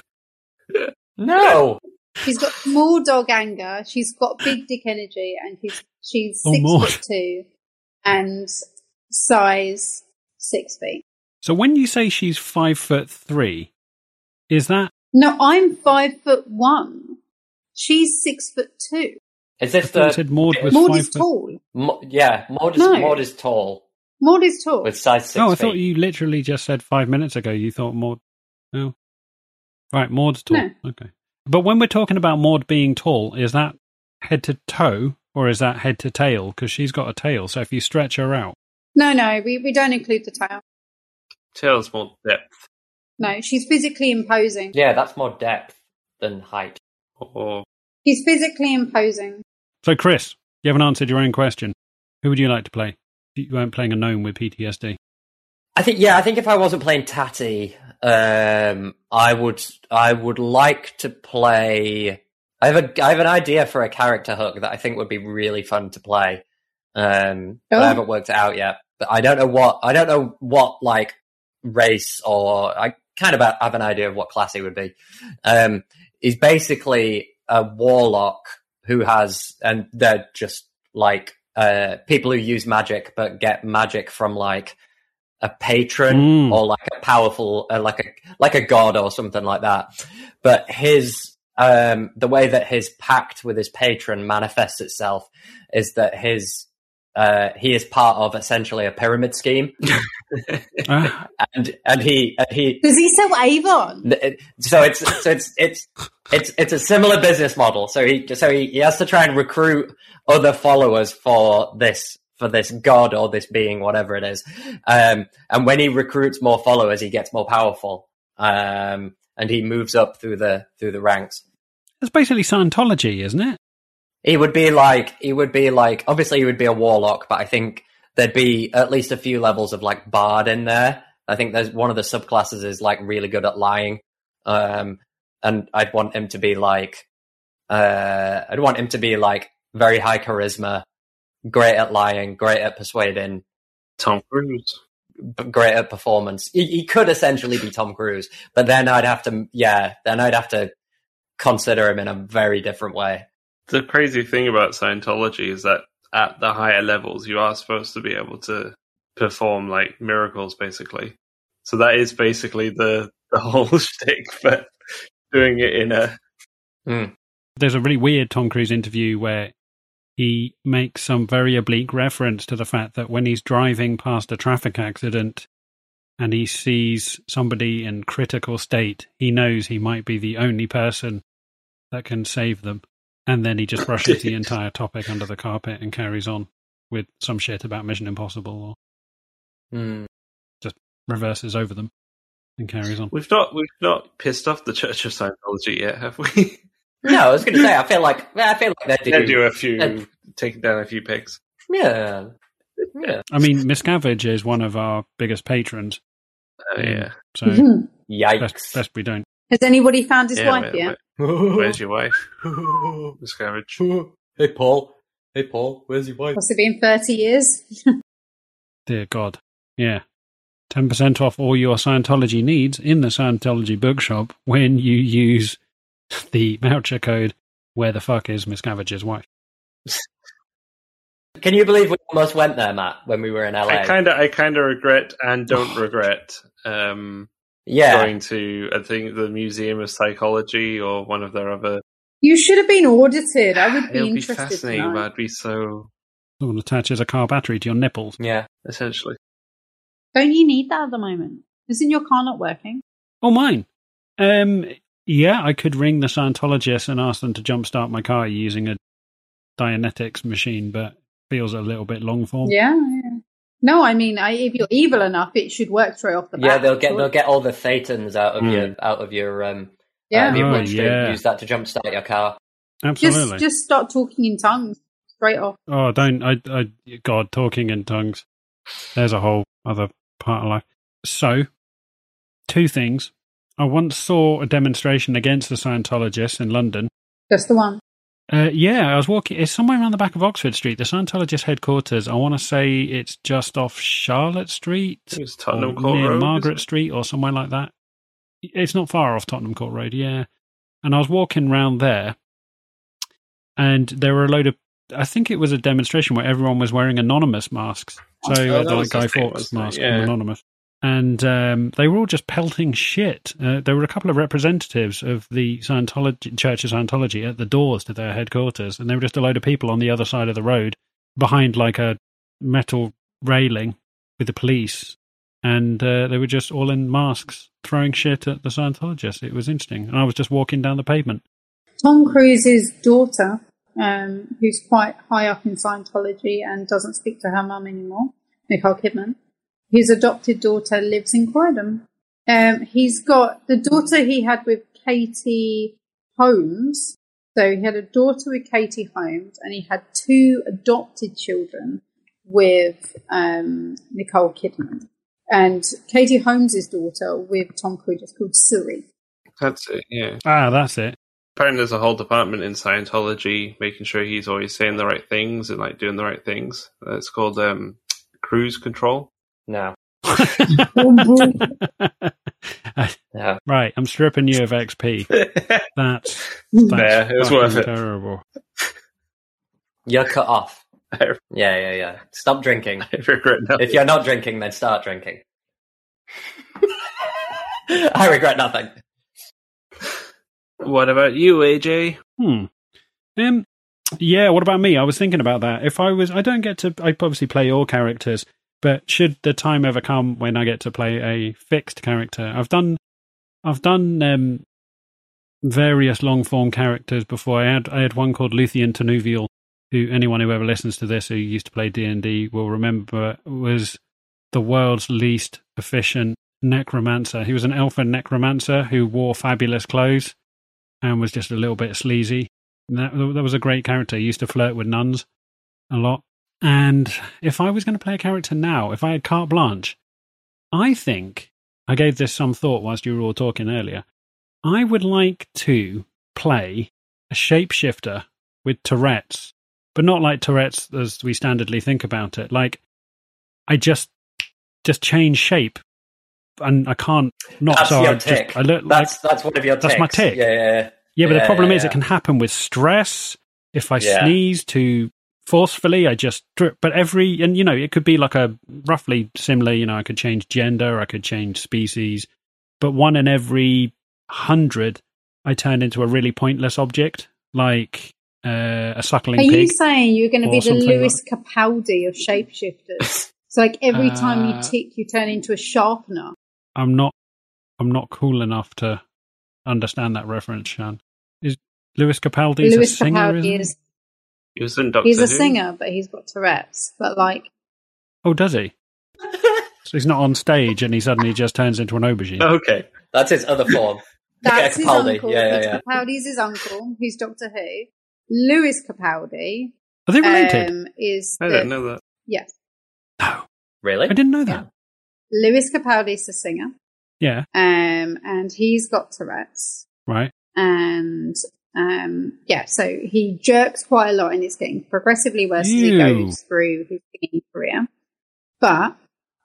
S3: no,
S2: She's got small dog anger. She's got big dick energy and she's, she's
S1: Oh,
S2: six
S1: Maud.
S2: foot two and size six feet.
S1: So when you say she's five foot three, is that
S2: No, I'm five foot one. She's six foot two.
S3: is
S1: I
S3: this
S1: thought you
S3: the
S1: said Maud was
S2: Maud
S1: five
S2: is
S1: foot
S2: tall.
S3: mo- yeah? Maud is,
S2: No.
S3: Maud is tall
S2: Maud is tall.
S3: with size six.
S1: No, Oh, I
S3: feet.
S1: thought you literally just said five minutes ago you thought Maud. No. Right, Maud's tall. Okay. But when we're talking about Maud being tall, is that head to toe or is that head to tail? Because she's got a tail. So if you stretch her out,
S2: No, no, we, we don't include the tail.
S4: Tails more depth
S2: No, she's physically imposing.
S3: Yeah, that's more depth than height.
S4: or
S2: She's physically imposing.
S1: So, Chris, you haven't answered your own question. Who would you like to play? You weren't playing a gnome with PTSD.
S3: I think yeah, I think if I wasn't playing Tatty, Um, I would, I would like to play. I have a, I have an idea for a character hook that I think would be really fun to play. Um, but
S2: Oh.
S3: I haven't worked it out yet. But I don't know what, I don't know what like race or I kind of have an idea of what class he would be. Um, he's basically a warlock who has, and they're just like uh, people who use magic but get magic from like a patron
S1: Mm.
S3: or like a powerful, uh, like a like a god or something like that. But his um, the way that his pact with his patron manifests itself is that his uh, he is part of essentially a pyramid scheme,
S1: Ah,
S3: and and he and he
S2: Does he sell Avon?
S3: Th- it- so it's so it's it's it's it's a similar business model. So he so he, he has to try and recruit other followers for this for this god or this being whatever it is. Um, and when he recruits more followers, he gets more powerful. Um, and he moves up through the through the ranks.
S1: it's basically Scientology, isn't it?
S3: He would be like he would be like obviously he would be a warlock, but I think there'd be at least a few levels of like bard in there. I think there's one of the subclasses is like really good at lying. Um and I'd want him to be like uh I'd want him to be like very high charisma, great at lying, great at persuading,
S4: Tom Cruise.
S3: b- great at performance. He, he could essentially be Tom Cruise, but then I'd have to yeah, then I'd have to consider him in a very different way.
S4: The crazy thing about Scientology is that at the higher levels, you are supposed to be able to perform like miracles, basically. So that is basically the the whole shtick, but doing it in a
S1: there's a really weird Tom Cruise interview where he makes some very oblique reference to the fact that when he's driving past a traffic accident and he sees somebody in critical state, he knows he might be the only person that can save them. And then he just brushes the entire topic under the carpet and carries on with some shit about Mission Impossible or
S3: Hmm.
S1: reverses over them and carries on.
S4: We've not we've not pissed off the Church of Scientology yet, have we?
S3: No, I was going to say. I feel like I feel like they
S4: They
S3: do.
S4: do a few,
S3: And-
S4: taking down a few pegs.
S3: Yeah, yeah.
S1: I mean, Miscavige is one of our biggest patrons, Mm.
S4: Oh, yeah.
S1: so
S2: Mm-hmm.
S1: best,
S3: Yikes!
S1: best we don't.
S2: Has anybody found his
S4: yeah,
S2: wife
S4: where-
S2: yet?
S4: where- where's your wife, Miss Cabbage?
S3: hey Paul. Hey Paul. Where's your wife?
S2: Possibly in 30 years.
S1: Dear God. Yeah. 10% off all your Scientology needs in the Scientology bookshop when you use the voucher code where the fuck is Miss Miscavige's wife.
S3: Can you believe we almost went there, Matt, when we were in LA?
S4: I kind of I kind of regret and don't regret um,
S3: yeah,
S4: going to I think the Museum of Psychology or one of their other.
S2: You should have been audited. I would be
S4: It'll be
S2: interested.
S4: fascinating,
S2: tonight.
S4: but I'd be so
S1: Someone attaches a car battery to your nipples.
S3: yeah.
S4: essentially.
S2: Don't you need that at the moment? Isn't your car not working?
S1: Oh, mine. Um, yeah, I could ring the Scientologists and ask them to jumpstart my car using a Dianetics machine, but feels a little bit long form.
S2: Yeah. yeah. No, I mean, I, if you're evil enough, it should work straight off the bat.
S3: Yeah, they'll get
S2: surely.
S3: they'll get all the thetans out of
S4: Hmm.
S3: your out of your um out
S2: Yeah.
S3: of your
S1: Oh,
S3: bloodstream.
S1: yeah.
S3: Use that to jumpstart your car.
S1: Absolutely.
S2: just just start talking in tongues straight off.
S1: Oh, don't I, I? God, talking in tongues. There's a whole other part of life. So, two things. I once saw a demonstration against the Scientologists in London.
S2: That's the one.
S1: Uh, yeah, I was walking. It's somewhere around the back of Oxford Street, the Scientologist headquarters. I want to say it's just off Charlotte Street,
S4: It was
S1: or
S4: Tottenham Court
S1: near
S4: Road, is
S1: Margaret
S4: it?
S1: Street, or somewhere like that. It's not far off Tottenham Court Road, yeah. And I was walking round there, and there were a load of. I think it was a demonstration where everyone was wearing anonymous masks. So
S4: Oh,
S1: uh, the
S4: that
S1: like
S4: was the
S1: Guy
S4: thing,
S1: Fawkes
S4: wasn't it?
S1: mask
S4: Yeah.
S1: and anonymous, and um, they were all just pelting shit. Uh, there were a couple of representatives of the Scientology Church of Scientology at the doors to their headquarters, and they were just a load of people on the other side of the road, behind like a metal railing with the police, and uh, they were just all in masks throwing shit at the Scientologists. It was interesting, and I was just walking down the pavement.
S2: Tom Cruise's daughter, um, who's quite high up in Scientology and doesn't speak to her mum anymore, Nicole Kidman, his adopted daughter lives in Croydon. Um, he's got the daughter he had with Katie Holmes. So he had a daughter with Katie Holmes, and he had two adopted children with um, Nicole Kidman. and Katie Holmes's daughter with Tom Cruise is called Suri.
S4: That's it, yeah.
S1: Ah, that's it.
S4: Apparently, there's a whole department in Scientology making sure he's always saying the right things and like doing the right things. Uh, It's called um, cruise control.
S3: No. No.
S1: right, I'm stripping you of XP.
S4: yeah,
S1: That's,
S4: Nah,
S1: that's
S4: it was
S1: fucking
S4: worth it.
S1: terrible.
S3: You're cut off. Yeah, yeah, yeah. Stop drinking.
S4: I regret nothing.
S3: If you're not drinking, then start drinking. I regret nothing.
S4: What about you, AJ?
S1: Hmm. Um. Yeah. What about me? I was thinking about that. If I was, I don't get to. I obviously play all characters, but should the time ever come when I get to play a fixed character, I've done, I've done um, various long form characters before. I had I had one called Luthien Tanuvial, who anyone who ever listens to this who used to play D and D will remember was the world's least efficient necromancer. He was an elfin necromancer who wore fabulous clothes and was just a little bit sleazy. And That, that was a great character. He used to flirt with nuns a lot. And if I was going to play a character now, if I had carte blanche, I think I gave this some thought whilst you were all talking earlier. I would like to play a shapeshifter with Tourette's, but not like Tourette's as we standardly think about it. Like I just just change shape, and I can't not.
S3: That's
S1: so
S3: your
S1: Oh, I just-
S3: tick.
S1: I look like
S3: That's that's one of your
S1: That's
S3: ticks.
S1: my tick.
S3: Yeah, yeah, yeah.
S1: yeah, but
S3: Yeah,
S1: the problem
S3: yeah,
S1: is
S3: yeah.
S1: it can happen with stress. If I
S3: Yeah.
S1: sneeze too forcefully, I just drip. But every, and you know, it could be like a roughly similar, you know, I could change gender, I could change species, but one in every hundred, I turn into a really pointless object, like uh, a suckling
S2: Are you
S1: pig.
S2: saying you're going to
S1: or
S2: be the
S1: something like
S2: Lewis Capaldi of shapeshifters? It's like every time
S1: Uh,
S2: you tick, you turn into a sharpener.
S1: I'm not, I'm not cool enough to understand that reference, Shan. Is Lewis Capaldi is a
S2: Lewis
S1: singer? isn't he?
S2: Capaldi is
S4: He was in Doctor
S2: he's
S4: Who.
S2: a singer, but he's got Tourette's. But like,
S1: Oh, does he? so he's not on stage and he suddenly just turns into an aubergine.
S4: Okay.
S3: That's his other form.
S2: that's his
S3: Capaldi.
S2: uncle.
S3: Yeah, yeah,
S2: Peter
S3: yeah.
S2: Capaldi's his uncle. He's Doctor Who. Lewis Capaldi
S1: Are they related?
S2: um, is
S4: I
S2: the-
S4: don't know that.
S2: yes.
S1: no.
S3: Really?
S1: I didn't know that.
S2: Lewis Capaldi's a singer,
S1: Yeah,
S2: um, and he's got Tourette's.
S1: right.
S2: and um, yeah, so he jerks quite a lot, and it's getting progressively worse as he
S1: Ew.
S2: goes through his singing career. But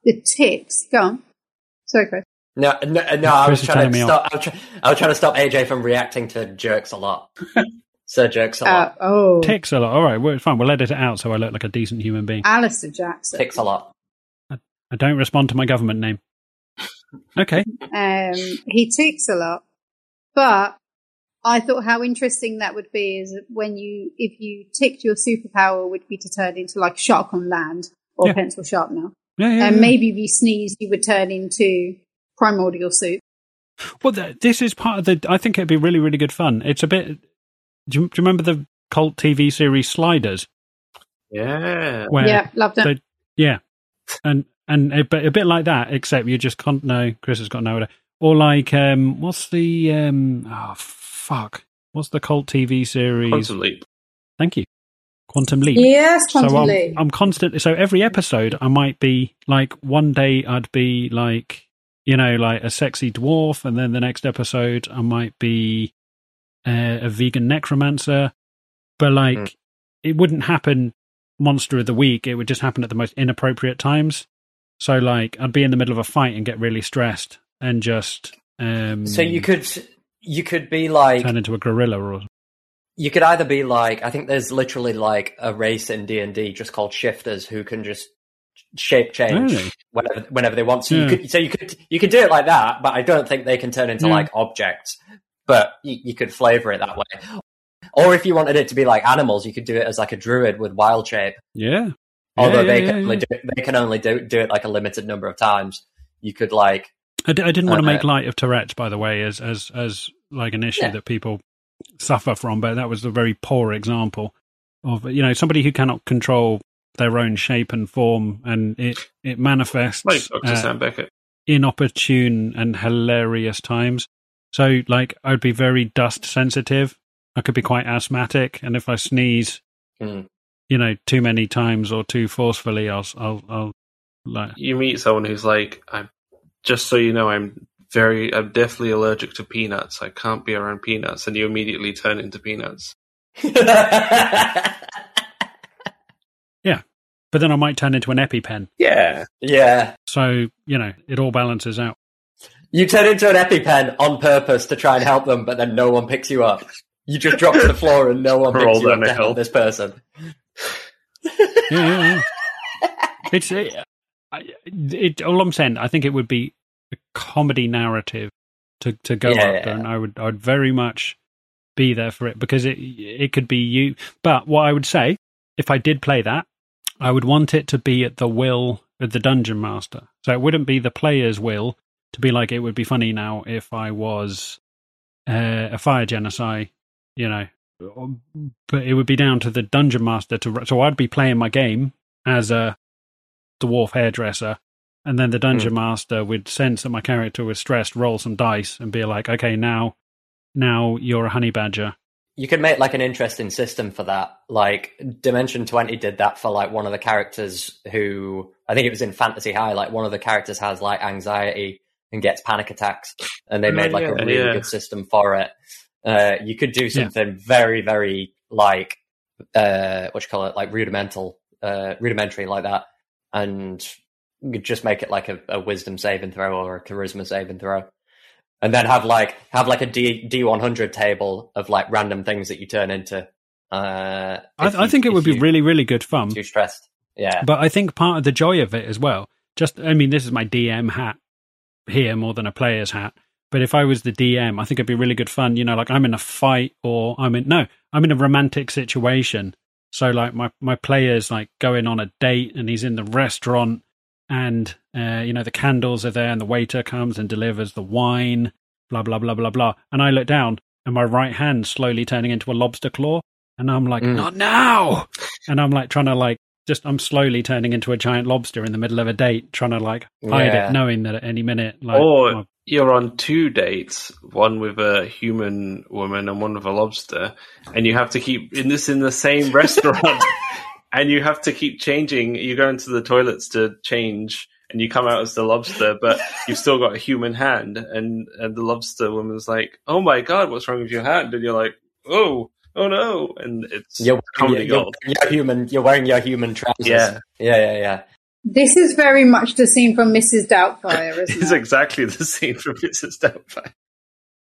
S2: the tics go on. Sorry, Chris.
S3: No, no, no I
S1: Chris
S3: was
S1: is
S3: trying to
S1: turning me
S3: stop. I was, try, I was trying to stop AJ from reacting to jerks a lot. Sir jerks a
S2: Uh,
S3: lot,
S2: oh,
S1: Ticks a lot. All right, well, it's fine. We'll edit it out so I look like a decent human being.
S2: Alistair Jackson.
S3: ticks a lot.
S1: I don't respond to my government name. Okay.
S2: Um, he tics a lot, but I thought how interesting that would be is when you, if you ticked your superpower, would be to turn into like shark on land or
S1: Yeah. Mm.
S2: pencil sharpener,
S1: Yeah, yeah,
S2: and
S1: yeah.
S2: maybe if you sneezed, you would turn into primordial soup.
S1: Well, th- this is part of the. I think it'd be really, really good fun. It's a bit. Do you, do you remember the cult TV series Sliders?
S4: Yeah.
S1: Where
S2: yeah, loved it.
S1: they- Yeah, and and a bit, a bit like that, except you just can't. No, Chris has got no idea. Or like, um, what's the um? Oh fuck! What's the cult TV series?
S4: Quantum Leap.
S1: Thank you, Quantum Leap.
S2: Yes, Quantum
S1: so um,
S2: Leap.
S1: I'm, I'm constantly. So every episode, I might be like one day I'd be like you know like a sexy dwarf, and then the next episode I might be uh, a vegan necromancer. But like,
S3: Mm.
S1: it wouldn't happen monster of the week. It would just happen at the most inappropriate times. So like, I'd be in the middle of a fight and get really stressed and just um,
S3: So you could you could be like
S1: turn into a gorilla or
S3: you could either be like I think there's literally like a race in D and D just called shifters who can just shape change
S1: Really?
S3: whenever whenever they want. So
S1: Yeah.
S3: you could so you could you could do it like that, but I don't think they can turn into
S1: Yeah.
S3: like objects. But you, you could flavor it that way. Or if you wanted it to be like animals, you could do it as like a druid with wild shape.
S1: yeah.
S3: Although
S1: Yeah,
S3: they,
S1: yeah,
S3: can
S1: yeah,
S3: only
S1: yeah.
S3: do, they can only do, do it like a limited number of times. You could like
S1: I d- I didn't want to
S3: Okay.
S1: make light of Tourette's, by the way, as as as like an issue
S3: Yeah.
S1: that people suffer from, but that was a very poor example of you know somebody who cannot control their own shape and form, and it it manifests
S4: Like Dr.
S1: uh,
S4: Sam Beckett.
S1: inopportune and hilarious times. So, like, I'd be very dust sensitive. I could be quite asthmatic, and if I sneeze,
S3: Mm.
S1: you know, too many times or too forcefully, I'll I'll, I'll Like,
S4: you meet someone who's like, I'm just so you know, I'm very, I'm deathly allergic to peanuts. I can't be around peanuts, and you immediately turn into peanuts.
S1: but then I might turn into an EpiPen.
S4: Yeah,
S3: yeah.
S1: So you know, it all balances out.
S3: You turn into an EpiPen on purpose to try and help them, but then no one picks you up. You just drop to the floor and no one picks
S4: Roll
S3: you up
S4: down
S3: to
S4: a hill.
S3: help this person.
S1: Yeah, yeah, yeah. it's it, I, it. All I'm saying, I think it would be a comedy narrative to to go
S3: Yeah,
S1: after,
S3: yeah.
S1: and I would I would very much be there for it because it it could be you. But what I would say, if I did play that, I would want it to be at the will of the dungeon master. So it wouldn't be the player's will to be like it would be funny now if I was uh, a fire genocide, you know. But it would be down to the dungeon master to. So I'd be playing my game as a dwarf hairdresser, and then the dungeon master would sense that my character was stressed, roll some dice, and be like, "Okay, now, now you're a honey badger."
S3: You could make like an interesting system for that. Like Dimension 20 did that for like one of the characters who I think it was in Fantasy High, like one of the characters has like anxiety and gets panic attacks and they
S4: Oh,
S3: made like
S4: yeah.
S3: a really
S4: Yeah.
S3: good system for it. Uh, you could do something very, very like uh what you call it, like rudimental, uh rudimentary like that. And you could just make it like a, a wisdom saving throw or a charisma saving throw. and then have like have like a D D one hundred table of like random things that you turn into. Uh,
S1: I,
S3: if
S1: I
S3: you-
S1: think it
S3: if
S1: would be
S3: you-
S1: really, really good fun.
S3: too stressed. Yeah,
S1: But I think part of the joy of it as well, just, I mean, this is my DM hat here more than a player's hat. But if I was the DM, I think it'd be really good fun. You know, like I'm in a fight or I'm in, no, I'm in a romantic situation. So like my, my player's like going on a date and he's in the restaurant and, uh, you know, the candles are there and the waiter comes and delivers the wine, blah, blah, blah, blah, blah. And I look down and my right hand slowly turning into a lobster claw. And I'm like,
S3: Mm.
S1: not now. And I'm like trying to like, just I'm slowly turning into a giant lobster in the middle of a date, trying to like hide
S3: Yeah.
S1: it, knowing that at any minute, like,
S4: Or-
S1: my-
S4: you're on two dates, one with a human woman and one with a lobster, and you have to keep in this in the same restaurant, and you have to keep changing. You go into the toilets to change, and you come out as the lobster, but you've still got a human hand, and and the lobster woman's like, "Oh my god, what's wrong with your hand?" And you're like, "Oh, oh no!" And it's
S3: you're,
S4: comedy
S3: you're,
S4: gold.
S3: you're, you're human. You're wearing your human trousers.
S4: Yeah.
S3: yeah, yeah, yeah.
S2: This is very much the scene from Mrs. Doubtfire, isn't
S4: It's
S2: it?
S4: exactly the same from Mrs. Doubtfire.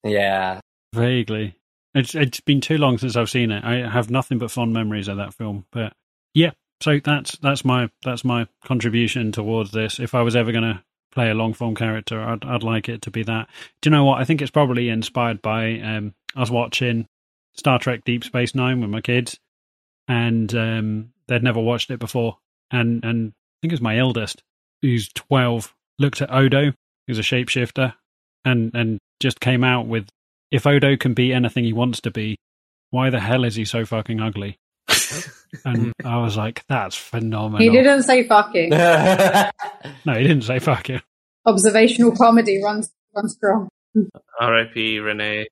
S3: yeah.
S1: vaguely. It's it's been too long since I've seen it. I have nothing but fond memories of that film. But yeah, so that's that's my that's my contribution towards this. If I was ever gonna play a long form character, I'd I'd like it to be that. Do you know what? I think it's probably inspired by um I was watching Star Trek Deep Space Nine with my kids and um they'd never watched it before. And and I think it was my eldest, who's twelve, looked at Odo, who's a shapeshifter, and and just came out with if Odo can be anything he wants to be, why the hell is he so fucking ugly? And I was like, that's phenomenal.
S2: He didn't say fucking.
S1: No, he didn't say fuck it.
S2: Observational comedy runs runs strong.
S4: R.I.P. Renee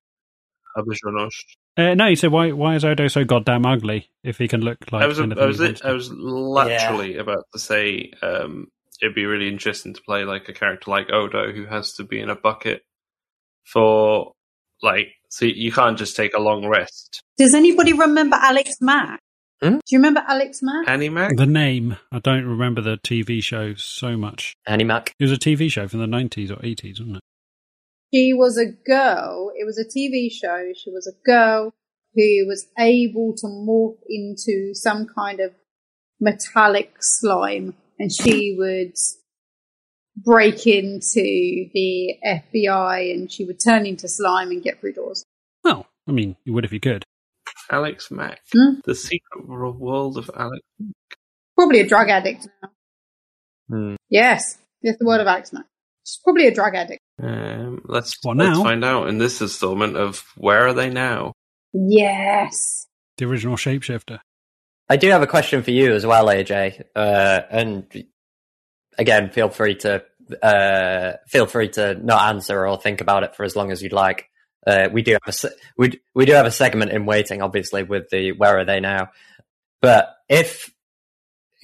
S4: Auberjonois.
S1: Uh, no, he said, why, why is Odo so goddamn ugly if he can look like
S4: I was,
S1: anything
S4: I was,
S1: he wants to
S4: I was literally about to say um, it'd be really interesting to play like a character like Odo who has to be in a bucket for like, so you can't just take a long rest.
S2: Does anybody remember Alex Mack?
S3: Hmm?
S2: Do you remember Alex Mack?
S4: Annie Mac?
S1: be?" The name, I don't remember the TV show so much.
S3: Annie Mac.
S1: It was a TV show from the 90s or 80s, wasn't it?
S2: she was a girl. It was a TV show. She was a girl who was able to morph into some kind of metallic slime, and she would break into the FBI, and she would turn into slime and get through doors.
S1: Well, I mean, you would if you could.
S4: Alex Mac.
S2: Hmm?
S4: The secret world of Alex.
S2: Probably a drug addict now.
S3: Hmm.
S2: Yes, that's the word of Alex Mack. She's probably a drug addict.
S4: Um, let's,
S1: What
S4: let's
S1: now?
S4: find out in this installment of Where Are They Now?
S2: Yes.
S1: The original shapeshifter.
S3: I do have a question for you as well, AJ. Uh, and again, feel free to uh, feel free to not answer or think about it for as long as you'd like. Uh, we do have a se- we d- we do have a segment in waiting, obviously, with the where are they now. But if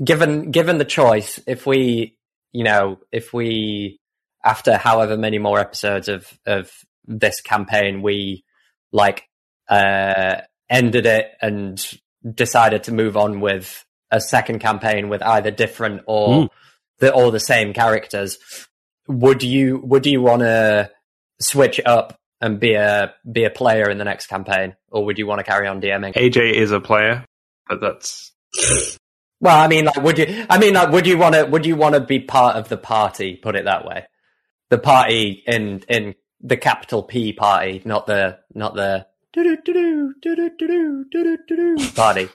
S3: given given the choice, if we you know, if we, after however many more episodes of, of this campaign, we like, uh, ended it and decided to move on with a second campaign with either different or
S1: Mm.
S3: the, or the same characters, would you, would you want to switch up and be a, be a player in the next campaign? Or would you want to carry on DMing?
S4: AJ is a player, but that's
S3: Well, I mean, like, would you? I mean, like, would you want to? Would you want to be part of the party? Put it that way, the party in in the capital P party, not the not the doo-doo-doo-doo, doo-doo-doo-doo, doo-doo-doo-doo party.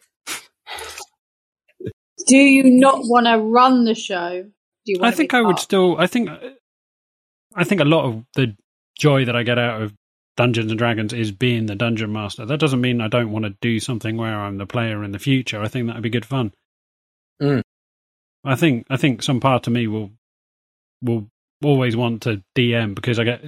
S2: Do you not want to run the show? Do you?
S1: I
S2: wanna
S1: think
S2: be
S1: I would
S2: part?
S1: still. I think. I think a lot of the joy that I get out of Dungeons and Dragons is being the dungeon master. That doesn't mean I don't want to do something where I'm the player in the future. I think that'd be good fun.
S3: Mm.
S1: I think. I think some part of me will will always want to DM because I get.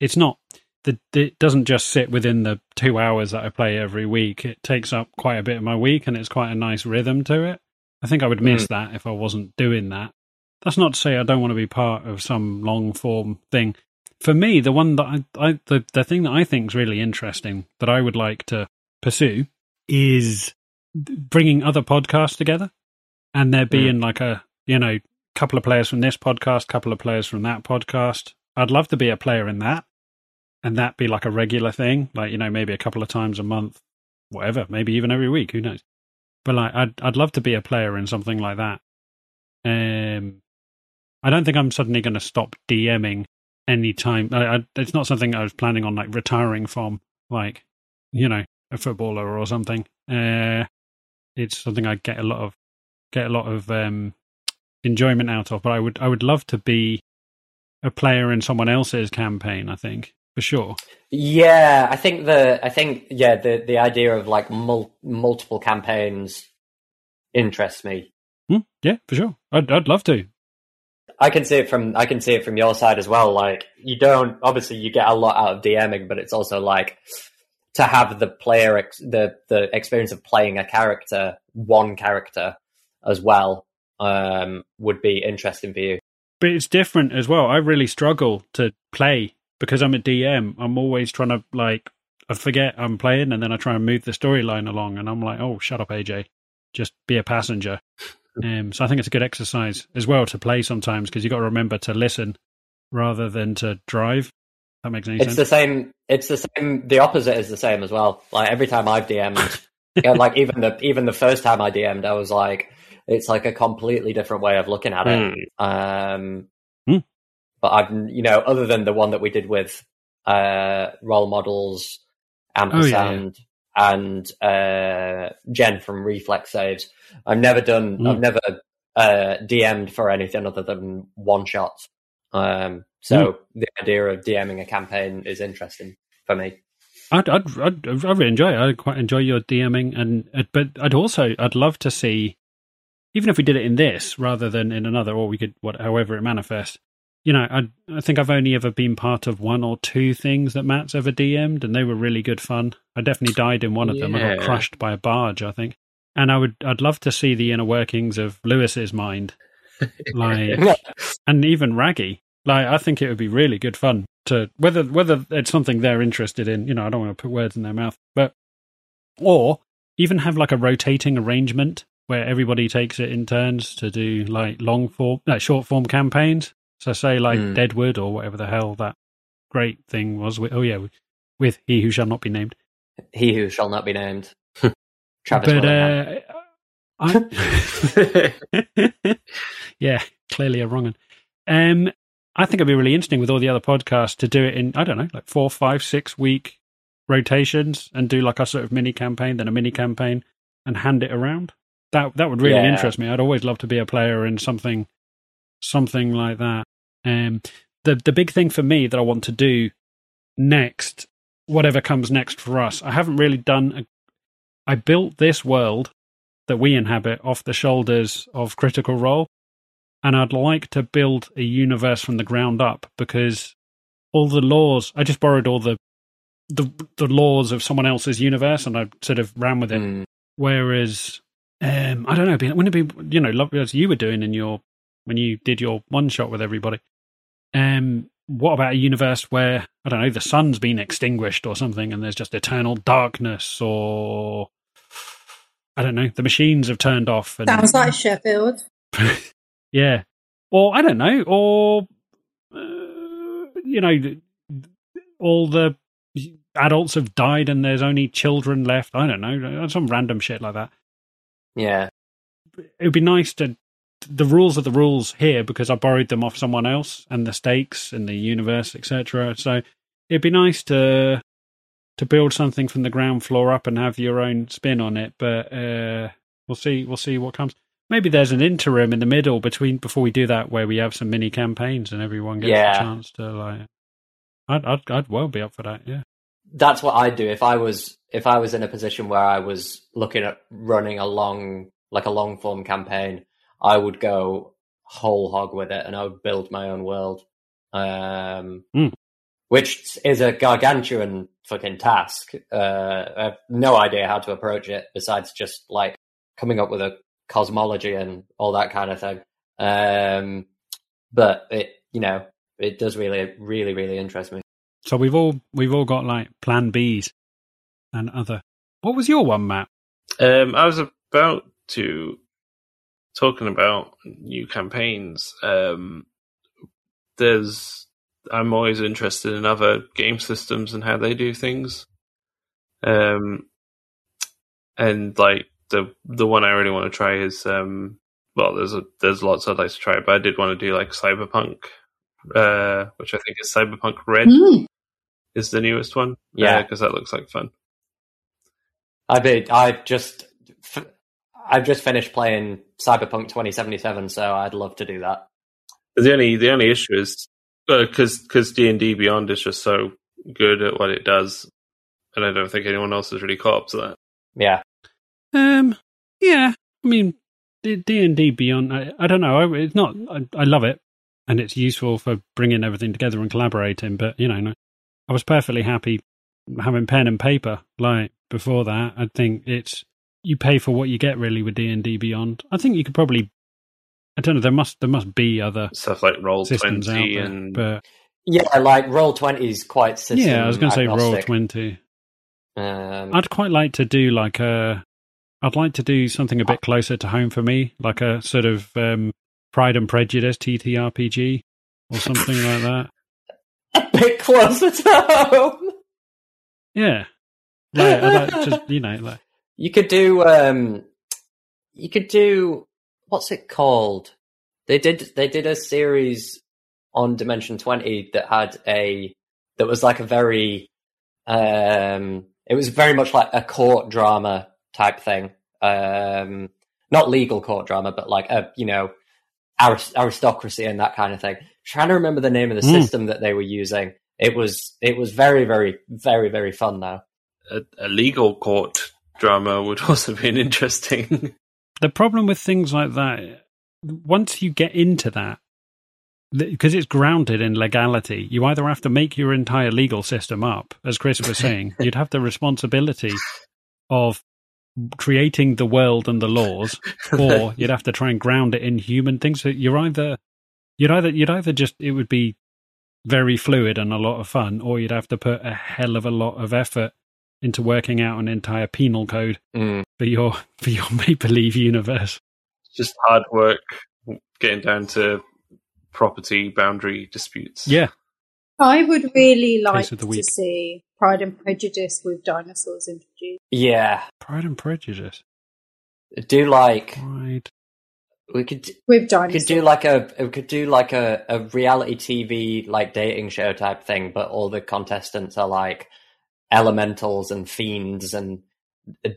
S1: It's not. The, it doesn't just sit within the two hours that I play every week. It takes up quite a bit of my week, and it's quite a nice rhythm to it. I think I would miss that if I wasn't doing that. That's not to say I don't want to be part of some long form thing. For me, the one that I, I the, the thing that I think is really interesting that I would like to pursue is bringing other podcasts together and there being like a, you know, couple of players from this podcast, couple of players from that podcast. I'd love to be a player in that and that be like a regular thing, like, you know, maybe a couple of times a month, whatever, maybe even every week, who knows. But like I'd I'd love to be a player in something like that. Um, I don't think I'm suddenly going to stop DMing anytime. I, I, it's not something I was planning on like retiring from, like you know, a footballer or something. Uh, it's something I get a lot of get a lot of um, enjoyment out of. But I would I would love to be a player in someone else's campaign. I think for sure.
S3: Yeah, I think the I think yeah the the idea of like mul- multiple campaigns interests me.
S1: Hmm? Yeah, for sure. I'd I'd love to.
S3: I can see it from I can see it from your side as well. Like you don't obviously you get a lot out of DMing, but it's also like to have the player ex- the the experience of playing a character, one character as well, um, would be interesting for you.
S1: but it's different as well. I really struggle to play because I'm a DM. I'm always trying to like I forget I'm playing and then I try and move the storyline along and I'm like, oh, shut up, AJ, just be a passenger. Um, so I think it's a good exercise as well to play sometimes because you got to remember to listen rather than to drive. That makes any
S3: It's the
S1: sense.
S3: same. It's the same. The opposite is the same as well. Like every time I've DM'd, yeah, like even the even the first time I DM'd, I was like, it's like a completely different way of looking at it.
S4: Hmm.
S3: Um,
S1: Hmm.
S3: But I've, you know, other than the one that we did with uh, role models,
S1: Oh,
S3: ampersand, and uh, Jen from Reflex Saves, I've never done,
S1: Hmm.
S3: I've never uh, DM'd for anything other than one shots. Um, so
S1: Hmm.
S3: the idea of DMing a campaign is interesting for me.
S1: I'd, I'd, I'd, I really enjoy it. I quite enjoy your DMing, and uh, but I'd also I'd love to see, even if we did it in this rather than in another, or we could what however it manifests. You know, I I think I've only ever been part of one or two things that Matt's ever DM'd, and they were really good fun. I definitely died in one of them. I got
S4: Yeah.
S1: crushed by a barge, I think. And I would I'd love to see the inner workings of Lewis's mind, like and even raggy. Like I think it would be really good fun to whether whether it's something they're interested in. You know, I don't want to put words in their mouth, but or even have like a rotating arrangement where everybody takes it in turns to do like long form, no, short form campaigns. So say like
S3: Hmm.
S1: Deadwood or whatever the hell that great thing was. With, oh yeah, with, with He Who Shall Not Be Named.
S3: He who shall not be named. Travis
S1: but
S3: Willingham.
S1: uh, I. yeah, clearly a wrong one. Um, I think it'd be really interesting with all the other podcasts to do it in, I don't know, like four, five, six week rotations and do like a sort of mini campaign, then a mini campaign and hand it around. That that would really
S3: Yeah.
S1: interest me. I'd always love to be a player in something something like that. Um the the big thing for me that I want to do next, whatever comes next for us, I haven't really done a I built this world that we inhabit off the shoulders of Critical Role, and I'd like to build a universe from the ground up because all the laws. I just borrowed all the the the laws of someone else's universe, and I sort of ran with it.
S3: Mm.
S1: Whereas, um, I don't know, it'd be- wouldn't it be you know, lovely as you were doing in your when you did your one shot with everybody. Um, what about a universe where I don't know the sun's been extinguished or something, and there's just eternal darkness, or I don't know, the machines have turned off. And,
S2: Sounds like Sheffield.
S1: yeah, or I don't know, or uh, you know, th- all the adults have died and there's only children left. I don't know, some random shit like that.
S3: Yeah.
S1: It would be nice to. The rules are the rules here because I borrowed them off someone else, and the stakes and the universe, etc. So it'd be nice to to build something from the ground floor up and have your own spin on it. But uh, we'll see. We'll see what comes. Maybe there's an interim in the middle between before we do that where we have some mini campaigns and everyone gets
S3: Yeah.
S1: a chance to like. I'd, I'd I'd well be up for that. Yeah.
S3: That's what I'd do if I was if I was in a position where I was looking at running a long like a long form campaign, I would go whole hog with it and I would build my own world. Um
S1: Hmm.
S3: which is a gargantuan fucking task. Uh I have no idea how to approach it besides just like coming up with a cosmology and all that kind of thing. Um but it you know, it does really really, really interest me.
S1: So we've all we've all got like plan Bs and other. What was your one, Matt?
S4: Um, I was about to talking about new campaigns. Um, there's I'm always interested in other game systems and how they do things. Um, and like the the one I really want to try is um, well, there's a, there's lots I'd like to try, but I did want to do like Cyberpunk, uh, which I think is Cyberpunk Red
S2: Hmm.
S4: is the newest one.
S3: Yeah.
S4: because that looks like fun.
S3: I mean, I've just, f- I've just finished playing Cyberpunk 2077, so I'd love to do that.
S4: The only the only issue is because because D and D Beyond is just so good at what it does, and I don't think anyone else has really caught up to that.
S3: Yeah,
S1: Um, yeah, I mean, D and D Beyond. I, I don't know. I, it's not. I, I love it, and it's useful for bringing everything together and collaborating. But you know, no, I was perfectly happy having pen and paper. Like before that, I think it's you pay for what you get really with D and D Beyond. I think you could probably. I don't know. There must there must be other
S4: Stuff like Roll
S1: systems out
S4: Twenty
S1: there,
S4: and
S1: but
S3: yeah, like Roll 20 is quite system.
S1: yeah, I was going to say roll
S3: agnostic.
S1: twenty.
S3: Um,
S1: I'd quite like to do like a. I'd like to do something a bit closer to home for me, like a sort of um, Pride and Prejudice TTRPG or something like that.
S3: a bit closer to home.
S1: Yeah, like, I'd like to, you know, like
S3: You could do, um, you could do, what's it called? They did, they did a series on Dimension 20 that had a, that was like a very, um, it was very much like a court drama type thing. Um, not legal court drama, but like a, you know, arist- aristocracy and that kind of thing. Trying to remember the name of the
S1: Mm.
S3: system that they were using. It was, it was very, very, very, very fun though.
S4: a, a legal court drama would also be an interesting.
S1: the problem with things like that. Once you get into that, because it's grounded in legality, you either have to make your entire legal system up, as Chris was saying. you'd have the responsibility of creating the world and the laws, or you'd have to try and ground it in human things. So you're either you'd either you'd either just it would be very fluid and a lot of fun, or you'd have to put a hell of a lot of effort into working out an entire penal code
S3: Mm.
S1: for your for your make believe universe.
S4: just hard work getting down to property boundary disputes.
S1: Yeah.
S2: I would really like
S1: Case of the
S2: to
S1: week.
S2: see Pride and Prejudice with dinosaurs introduced.
S3: Yeah.
S1: Pride and Prejudice.
S3: Do like,
S1: Pride.
S3: we could,
S2: With
S3: We could
S2: dinosaurs.
S3: do like a we could do like a, a reality TV like dating show type thing, but all the contestants are like elementals and fiends and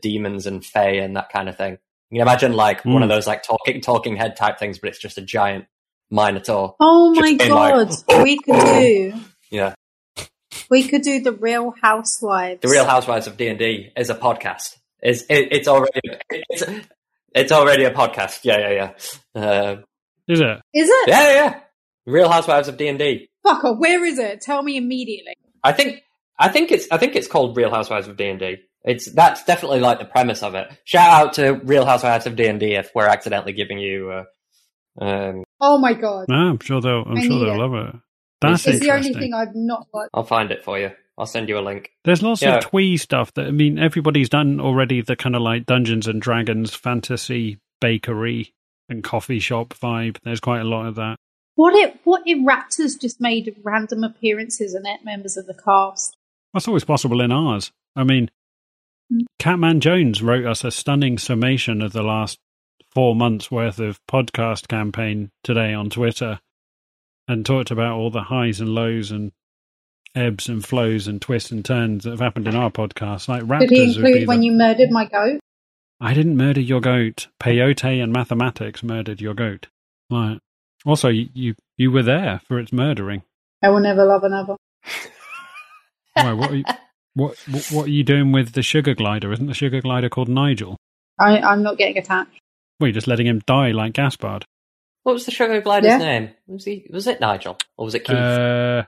S3: demons and fae and that kind of thing. You can imagine like one
S1: Hmm.
S3: of those like talking talking head type things, but it's just a giant minotaur.
S2: Oh my
S3: Just being like,
S2: god, we could do.
S3: Yeah.
S2: We could do the Real Housewives.
S3: The Real Housewives of D and D is a podcast. Is it, it's already it's it's already a podcast. Yeah, yeah, yeah, uh,
S1: Is it?
S2: Is it?
S3: yeah, yeah, yeah. Real Housewives of D and D.
S2: Fucker, where is it? Tell me immediately.
S3: I think I think it's I think it's called Real Housewives of D and D. It's that's definitely like the premise of it. Shout out to Real Housewives of D and D if we're accidentally giving you uh, um,
S2: Oh my god.
S1: No, I'm sure they'll. I'm
S2: I
S1: sure
S2: need
S1: they'll
S2: it.
S1: love it. That's
S2: it's the only
S1: interesting.
S2: thing I've not watched.
S3: I'll find it for you. I'll send you a link.
S1: There's lots
S3: Yeah.
S1: of twee stuff that I mean, everybody's done already the kind of like Dungeons and Dragons fantasy bakery and coffee shop vibe. There's quite a lot of that.
S2: What if what if raptors just made random appearances and ate members of the cast?
S1: That's always possible in ours. I mean,
S2: Mm.
S1: Catman Jones wrote us a stunning summation of the last four months' worth of podcast campaign today on Twitter and talked about all the highs and lows and ebbs and flows and twists and turns that have happened in our podcast. Like raptors
S2: Did he
S1: would be
S2: include when
S1: the-
S2: you murdered my goat?
S1: I didn't murder your goat. Peyote and mathematics murdered your goat. Right. Also, you, you, you were there for its murdering.
S2: I will never love another.
S1: Why, what, are you, what, what, what are you doing with the sugar glider? Isn't the sugar glider called Nigel?
S2: I, I'm not getting attacked.
S1: Well, you're just letting him die like Gaspard.
S3: What was the sugar glider's
S2: Yeah.
S3: name? Was he? Was it Nigel or was it Keith?
S1: Uh,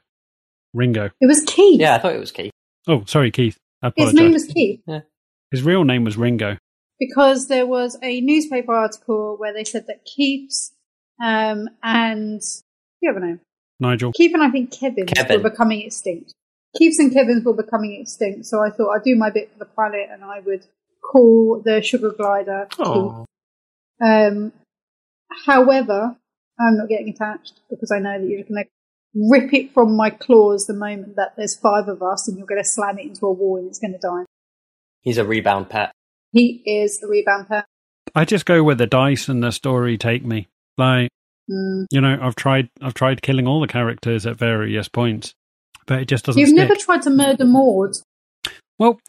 S1: Ringo.
S2: It was Keith.
S3: yeah, I thought it was Keith.
S1: Oh, sorry, Keith. I
S2: His
S1: apologize.
S2: name was Keith
S1: His real name was Ringo.
S2: because there was a newspaper article where they said that Keith's um, and you have a name.
S1: Nigel.
S2: Keith and I think Kevin,
S3: Kevin.
S2: were becoming extinct. Keith's and Kevin's were becoming extinct, so I thought I'd do my bit for the planet and I would call the sugar glider Keith.
S4: Oh,
S2: Um, however, I'm not getting attached because I know that you're going to rip it from my claws the moment that there's five of us and you're going to slam it into a wall and it's going to die.
S3: He's a rebound pet.
S2: He is a rebound pet.
S1: I just go where the dice and the story take me. Like,
S2: Mm.
S1: you know, I've tried, I've tried killing all the characters at various points, but it just doesn't
S2: You've
S1: stick.
S2: never tried to murder Maud,
S1: well,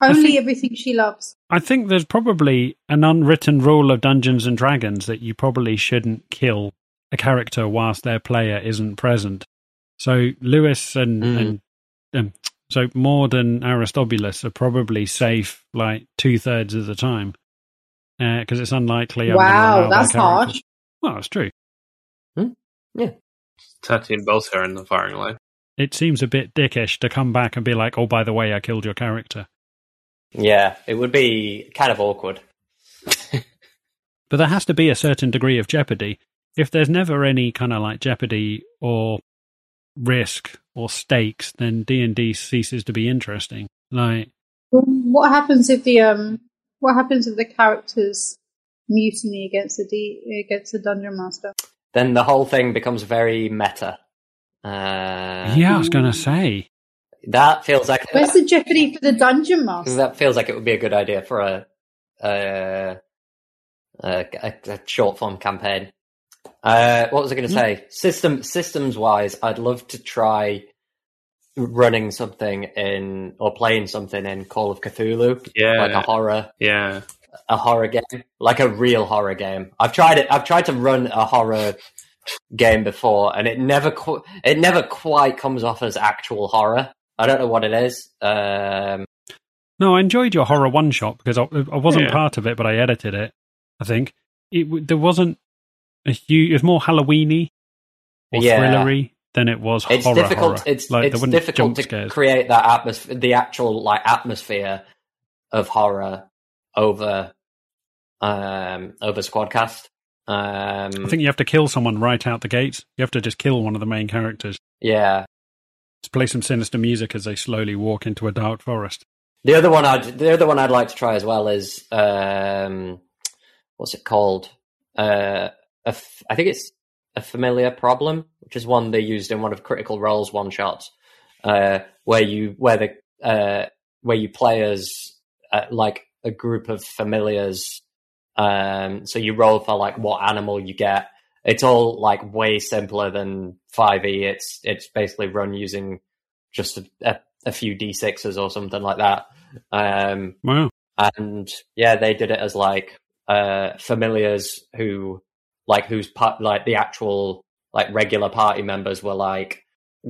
S1: I
S2: only
S1: think-
S2: everything she loves.
S1: I think there's probably an unwritten rule of Dungeons and Dragons that you probably shouldn't kill a character whilst their player isn't present. So Lewis and,
S3: Mm.
S1: and um, so Maud and Aristobulus are probably safe like two thirds of the time because it's unlikely. I'm gonna allow
S2: wow,
S1: their
S2: that's
S1: character-
S2: harsh.
S1: Well, it's true.
S4: Tatian Belter in the firing line.
S1: It seems a bit dickish to come back and be like, "Oh, by the way, I killed your character."
S3: Yeah, it would be kind of awkward.
S1: But there has to be a certain degree of jeopardy. If there's never any kind of like jeopardy or risk or stakes, then D and D ceases to be interesting. Like,
S2: What happens if the um? What happens if the characters mutiny against the D, against the dungeon master?
S3: Then the whole thing becomes very meta. Uh,
S1: yeah, I was gonna say,
S3: that feels like
S2: Where's the jeopardy for the dungeon master?
S3: Because that feels like it would be a good idea for a a, a, a, a short form campaign. Uh, what was I going to say? System systems wise, I'd love to try running something in or playing something in Call of Cthulhu,
S4: Yeah,
S3: like a horror
S4: yeah.
S3: a horror game, like a real horror game. I've tried it. I've tried to run a horror game before, and it never qu- it never quite comes off as actual horror. I don't know what it is. Um,
S1: no, I enjoyed your horror one shot because I, I wasn't
S4: Yeah.
S1: part of it, but I edited it. I think it w- there wasn't a huge. It was more Halloweeny or
S3: Yeah.
S1: thrillery than it was
S3: it's
S1: horror.
S3: difficult.
S1: horror.
S3: It's
S1: like there
S3: it's
S1: wouldn't
S3: difficult
S1: jump
S3: to
S1: scares.
S3: create that atmosphere, the actual like atmosphere of horror over um over Squadcast. Um,
S1: I think you have to kill someone right out the gates. You have to just kill one of the main characters.
S3: yeah.
S1: to play some sinister music as they slowly walk into a dark forest.
S3: The other one I'd the other one I'd like to try as well is um, what's it called? Uh, a f- I think it's a familiar problem, which is one they used in one of Critical Role's one shots, uh, where you where the uh, where you play as uh, like a group of familiars. Um, so you roll for like what animal you get. It's all like way simpler than five e. It's it's basically run using just a, a a few d6s or something like that. Um,
S1: Wow.
S3: and yeah, they did it as like uh, familiars who, like, whose part, like the actual like regular party members were like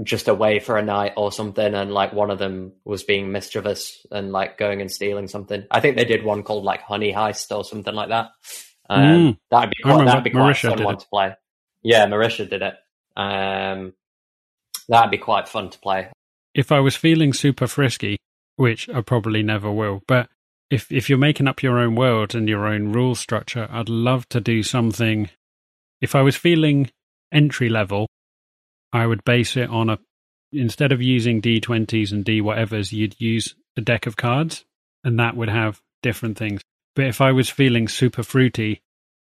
S3: just away for a night or something, and like one of them was being mischievous and like going and stealing something. I think they did one called like Honey Heist or something like that. Um, That'd be
S1: Mm. I
S3: quite,
S1: remember
S3: that'd be quite a
S1: Marisha
S3: fun
S1: did
S3: one
S1: it.
S3: to play. Yeah, Marisha did it. Um, that'd be quite fun to play.
S1: If I was feeling super frisky, which I probably never will, but if if you're making up your own world and your own rule structure, I'd love to do something. If I was feeling entry level, I would base it on a instead of using d20s and d whatevers, you'd use a deck of cards, and that would have different things. But if I was feeling super fruity,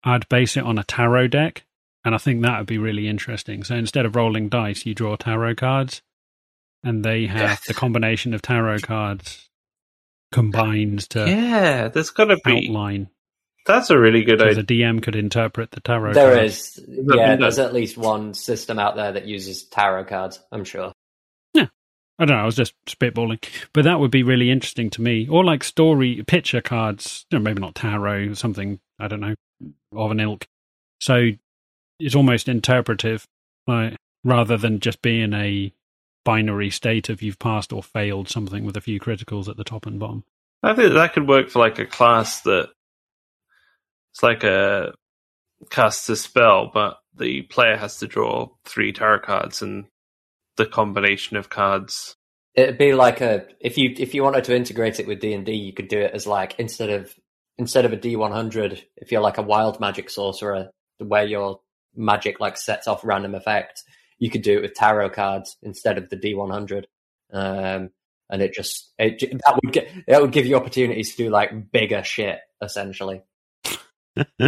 S1: I'd base it on a tarot deck, and I think that would be really interesting. So instead of rolling dice, you draw tarot cards, and they have the combination of tarot cards combined to
S4: yeah, there's got to be.
S1: outline.
S4: That's a really good
S1: So the
S4: idea.
S1: DM could interpret the tarot
S3: There
S1: cards.
S3: is,
S4: that
S3: yeah,
S4: been
S3: there's at least one system out there that uses tarot cards. I'm sure.
S1: I don't know. I was just spitballing, but that would be really interesting to me. Or like story picture cards, you know, maybe not tarot, something I don't know of an ilk. So it's almost interpretive, like rather than just being a binary state of you've passed or failed something with a few criticals at the top and bottom.
S4: I think that could work for like a class that it's like a casts a spell, but the player has to draw three tarot cards and the combination of cards.
S3: It'd be like a if you if you wanted to integrate it with D and D, you could do it as like instead of instead of a D one hundred, if you're like a wild magic sorcerer, where your magic like sets off random effects, you could do it with tarot cards instead of the D one hundred, um, and it just it j- that would get that would give you opportunities to do like bigger shit essentially.
S1: That,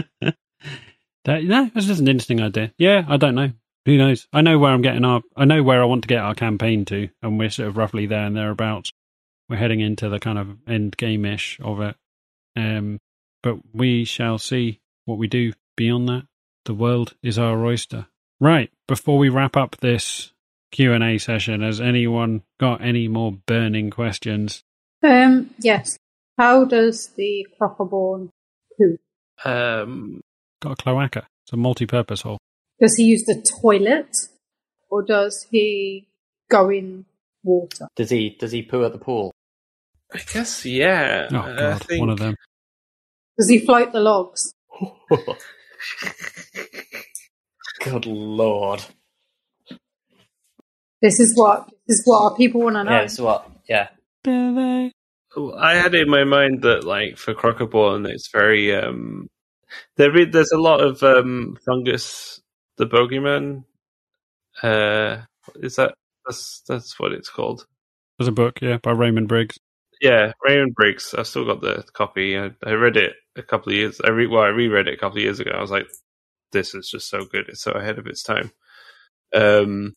S1: no, that's just an interesting idea. Yeah, I don't know. Who knows? I know where I'm getting our. I know where I want to get our campaign to, and we're sort of roughly there and thereabouts. We're heading into the kind of end game ish of it. Um, but we shall see what we do beyond that. The world is our oyster. Right. Before we wrap up this Q and A session, has anyone got any more burning questions?
S2: Um, yes. How does the crockerborn poo?
S4: Um,
S1: Got a cloaca. It's a multi-purpose hole.
S2: Does he use the toilet or does he go in water?
S3: Does he does he poo at the pool?
S4: I guess yeah.
S1: Oh
S4: Uh, I
S1: God,
S4: think-
S1: one of them.
S2: Does he float the logs?
S3: Good lord!
S2: This is what this is what our people want to know.
S3: Yeah, so what? Yeah,
S1: Billy.
S4: Oh, I had in my mind that like for Crocoborn, it's very um there is there's a lot of um fungus the bogeyman. Uh is that that's that's what it's called.
S1: There's a book, yeah, by Raymond Briggs.
S4: Yeah, Raymond Briggs. I've still got the copy. I, I read it a couple of years I re well, I reread it a couple of years ago. I was like, this is just so good, it's so ahead of its time. Um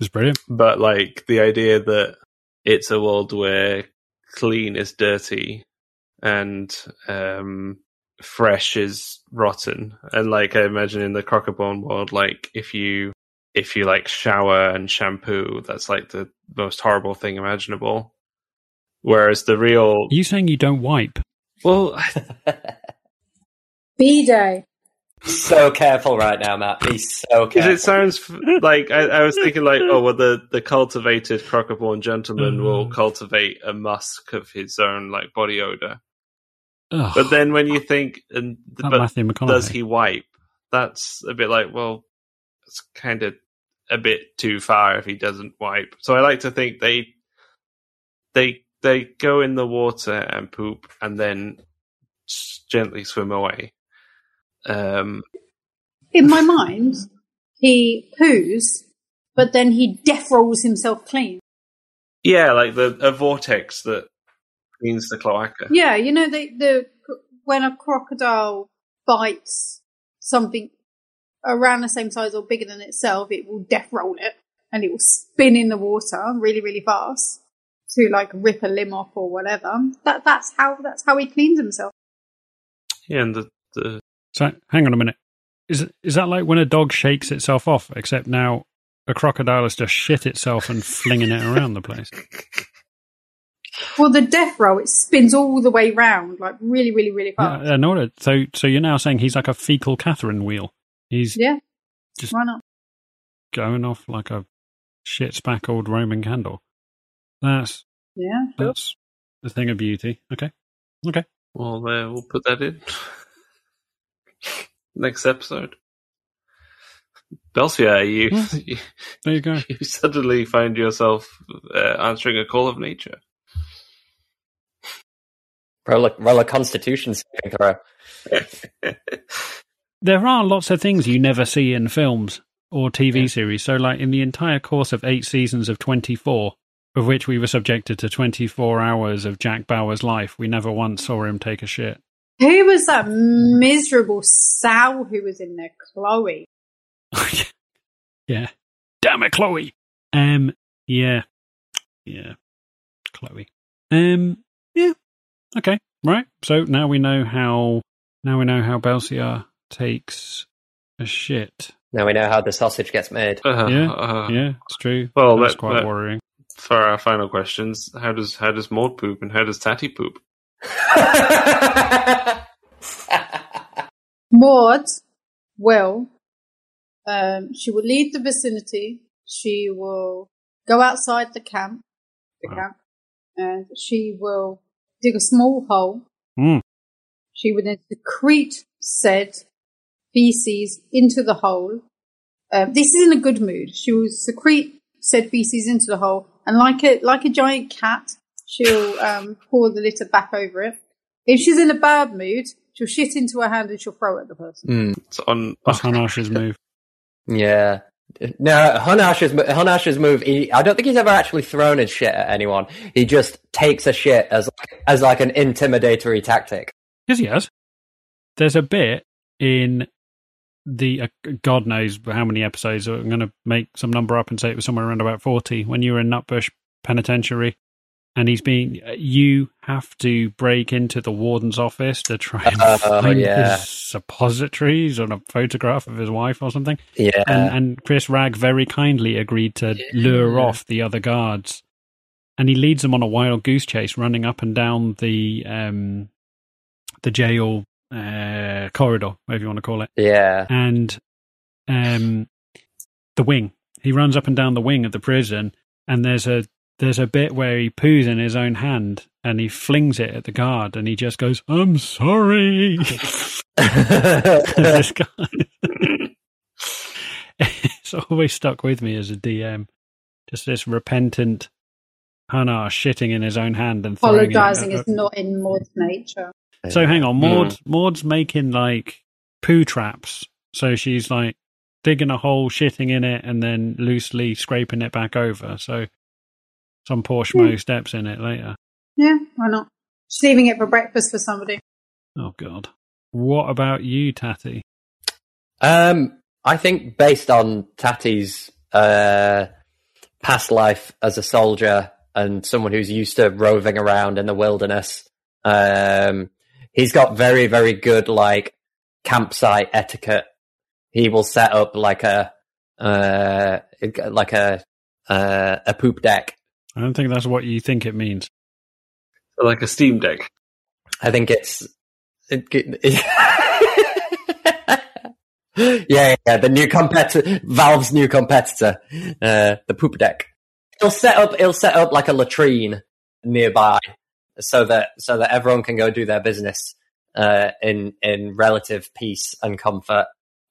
S1: It's brilliant.
S4: but like the idea that it's a world where clean is dirty and um fresh is rotten and like i imagine in the crocobone world like if you if you like shower and shampoo that's like the most horrible thing imaginable whereas the real
S1: Are you saying you don't wipe?
S4: well I
S2: B day.
S3: so careful right now, Matt. Be so
S4: Because
S3: careful.
S4: it sounds f- like I, I was thinking, like, oh, well, the, the cultivated crocodile gentleman will
S1: Mm.
S4: cultivate a musk of his own, like body odor.
S1: Ugh,
S4: But then when you think, and
S1: that
S4: but
S1: Matthew McConaughey.
S4: does he wipe? That's a bit like, well, it's kind of a bit too far if he doesn't wipe. So I like to think they they they go in the water and poop and then s- gently swim away. Um,
S2: In my mind, he poos, but then he death rolls himself clean.
S4: Yeah, like the a vortex that cleans the cloaca.
S2: Yeah, you know the the when a crocodile bites something around the same size or bigger than itself, it will death roll it and it will spin in the water really, really fast to like rip a limb off or whatever. That that's how that's how he cleans himself.
S4: Yeah, and the, the
S1: So, hang on a minute. Is is that like when a dog shakes itself off? Except now a crocodile has just shit itself and flinging it around the place.
S2: Well, the death roll it spins all the way round like really, really, really fast.
S1: Yeah, I know it. So, so you're now saying he's like a fecal Catherine wheel. He's
S2: Yeah,
S1: Just-
S2: why not?
S1: going off like a shit spackled Roman candle. That's
S2: Yeah,
S1: that's the thing of beauty. Okay, okay.
S4: well, uh, we'll put that in next episode. Belsia, you you,
S1: There you go.
S4: you suddenly find yourself uh, answering a call of nature.
S3: Roll a, roll a Constitution saving throw.
S1: There are lots of things you never see in films, or TV
S4: Yeah.
S1: series. So, like, in the entire course of eight seasons of 24, of which we were subjected to 24 hours of Jack Bauer's life, we never once saw him take a shit.
S2: Who was that miserable sow who was in there? Chloe.
S1: yeah. Damn it, Chloe. Um, yeah. Yeah. Chloe. Um, yeah. Okay. Right. So now we know how, now we know how Belsiar takes a shit.
S3: Now we know how the sausage gets made.
S4: Uh,
S1: Yeah,
S4: uh,
S1: Yeah, it's true.
S4: Well,
S1: That's
S4: that-
S1: quite
S4: that-
S1: worrying.
S4: For our final questions, how does how does Maud poop and how does Tatty poop?
S2: Maud, well, um, she will leave the vicinity. She will go outside the camp, the
S1: Wow.
S2: camp, and she will dig a small hole.
S1: Mm.
S2: She will then secrete said feces into the hole. Um, this is in a good mood. She will secrete said feces into the hole, and like a like a giant cat, she'll um, pour the litter back over it. If she's in a bad mood, she'll shit into her hand and she'll throw it at the person.
S3: Hmm.
S4: It's on
S1: That's Hanash's move.
S3: Yeah. No, Hunash's, Hunash's move, he, I don't think he's ever actually thrown his shit at anyone. He just takes a shit as, as like an intimidatory tactic.
S1: Yes, he has. There's a bit in the uh, God knows how many episodes. uh, I'm going to make some number up and say it was somewhere around about forty when you were in Nutbush Penitentiary, and he's been. uh, You have to break into the warden's office to try and
S3: Oh,
S1: find
S3: yeah.
S1: his suppositories on a photograph of his wife or something.
S3: Yeah.
S1: and, and Chris Ragg very kindly agreed to lure off the other guards, and he leads them on a wild goose chase, running up and down the um, the jail uh, corridor, whatever you want to call it,
S3: yeah.
S1: and um, the wing. He runs up and down the wing of the prison, and there's a there's a bit where he poos in his own hand and he flings it at the guard, and he just goes, "I'm sorry." this guy. it's always stuck with me as a DM. Just this repentant Hannah shitting in his own hand and throwing it at-
S2: Apologising is not in Maud's nature.
S1: So hang on, Maud Maud's making like poo traps. So she's like digging a hole, shitting in it, and then loosely scraping it back over. So some poor
S2: Hmm.
S1: schmo steps in it later.
S2: Yeah, why not? She's leaving it for breakfast for somebody.
S1: Oh god. What about you, Tatty?
S3: Um, I think based on Tati's uh, past life as a soldier and someone who's used to roving around in the wilderness, um, he's got very, very good like campsite etiquette. He will set up like a uh, like a uh, a poop deck.
S1: I don't think that's what you think it means.
S4: like a Steam Deck.
S3: I think it's. yeah, yeah, the new competitor, Valve's new competitor, uh, the poop deck. He'll set up, he'll set up like a latrine nearby, so that so that everyone can go do their business uh, in in relative peace and comfort.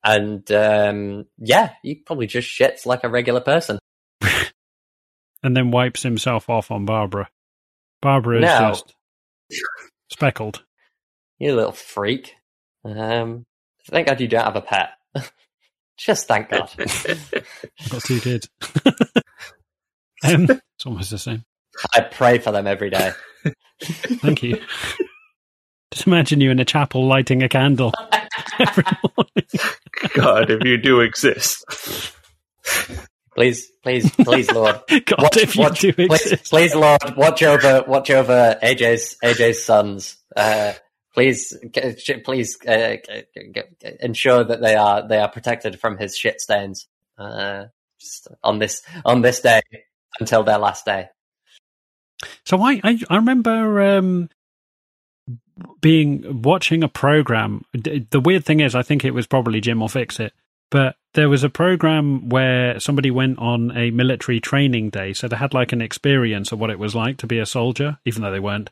S3: And um, yeah, he probably just shits like a regular person.
S1: and then wipes himself off on Barbara. Barbara is
S3: No.
S1: just speckled.
S3: You little freak. Um, thank God you don't have a pet. just thank God.
S1: I've got two kids. um, it's almost the same.
S3: I pray for them every day.
S1: Thank you. Just imagine you in a chapel lighting a candle every morning.
S4: God, if you do exist.
S3: Please, please, please, Lord.
S1: God, if you
S3: watch,
S1: do
S3: please,
S1: exist.
S3: please, Lord, watch over, watch over AJ's AJ's sons. Uh, please, g- sh- please uh, g- g- g- ensure that they are they are protected from his shit stains. Uh, just on this on this day until their last day.
S1: So I, I, I remember um, being watching a program. D- The weird thing is, I think it was probably Jim or Fix It, but there was a program where somebody went on a military training day, so they had like an experience of what it was like to be a soldier, even though they weren't.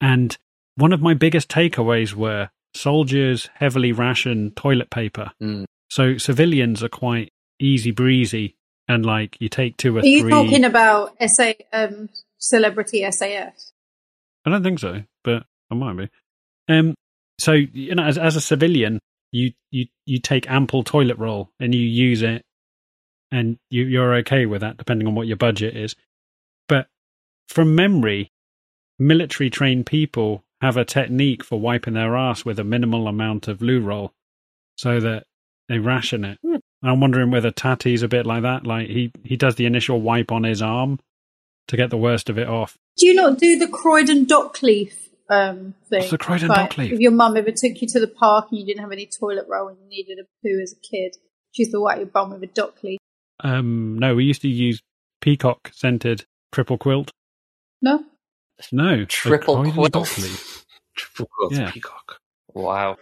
S1: And one of my biggest takeaways were soldiers heavily ration toilet paper.
S3: Mm.
S1: So civilians are quite easy breezy, and like you take two or
S2: Are you
S1: three.
S2: talking about SA, um, celebrity SAS?
S1: I don't think so, but I might be. Um, so you know, as as a civilian, you you you take ample toilet roll and you use it and you, you're okay with that, depending on what your budget is. But from memory, military trained people have a technique for wiping their ass with a minimal amount of loo roll, so that they ration it. And I'm wondering whether Tati's a bit like that. Like he he does the initial wipe on his arm to get the worst of it off.
S2: Do you not do the Croydon dock leaf um, thing?
S1: What's the Croydon
S2: Like,
S1: dock leaf?
S2: If your mum ever took you to the park and you didn't have any toilet roll and you needed a poo as a kid, she's the wipe your bum with a dock leaf.
S1: Um, no, we used to use peacock scented triple quilt.
S2: No?
S1: No, the
S3: Triple
S1: Croydon
S3: quilt.
S1: dock leaf.
S4: Triple quilt
S1: Yeah.
S4: peacock.
S3: Wow.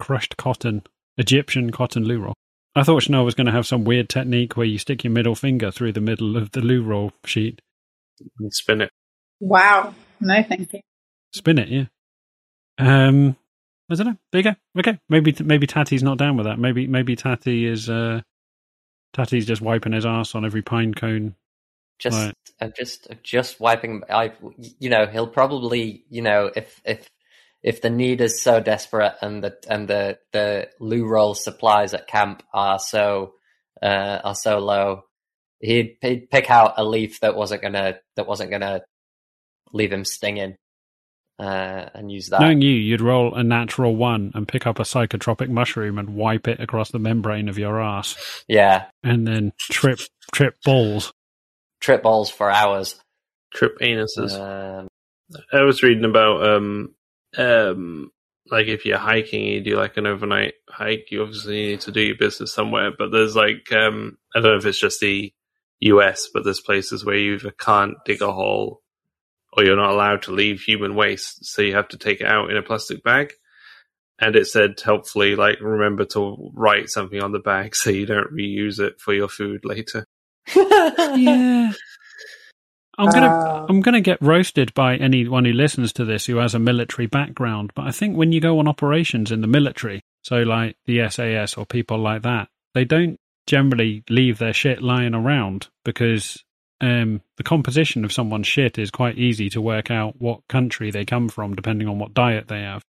S1: crushed cotton, Egyptian cotton loo roll. I thought Chanel was going to have some weird technique where you stick your middle finger through the middle of the loo roll sheet,
S4: And spin it.
S2: Wow. No, thank you.
S1: spin it. Yeah. Um, I don't know. There you go. Okay, maybe maybe Tati's not down with that. Maybe maybe Tati is uh, Tati's just wiping his ass on every pine cone.
S3: just
S1: Right.
S3: I'm just I'm just wiping I you know he'll probably you know if if if the need is so desperate and the and the the loo roll supplies at camp are so uh are so low he'd, he'd pick out a leaf that wasn't gonna that wasn't gonna leave him stinging uh and use that
S1: Knowing you, you'd roll a natural one and pick up a psychotropic mushroom and wipe it across the membrane of your ass,
S3: yeah
S1: and then trip trip balls.
S3: trip balls for hours
S4: Trip anuses.
S3: um,
S4: I was reading about um um like if you're hiking, you do like an overnight hike. You obviously need to do your business somewhere, but there's like um I don't know if it's just the U.S., but there's places where you either can't dig a hole or you're not allowed to leave human waste, so you have to take it out in a plastic bag. And it said helpfully, like remember to write something on the bag so you don't reuse it for your food later.
S1: yeah. I'm gonna I'm gonna get roasted by anyone who listens to this who has a military background, but I think when you go on operations in the military, so like the SAS or people like that, they don't generally leave their shit lying around because um, the composition of someone's shit is quite easy to work out what country they come from depending on what diet they have.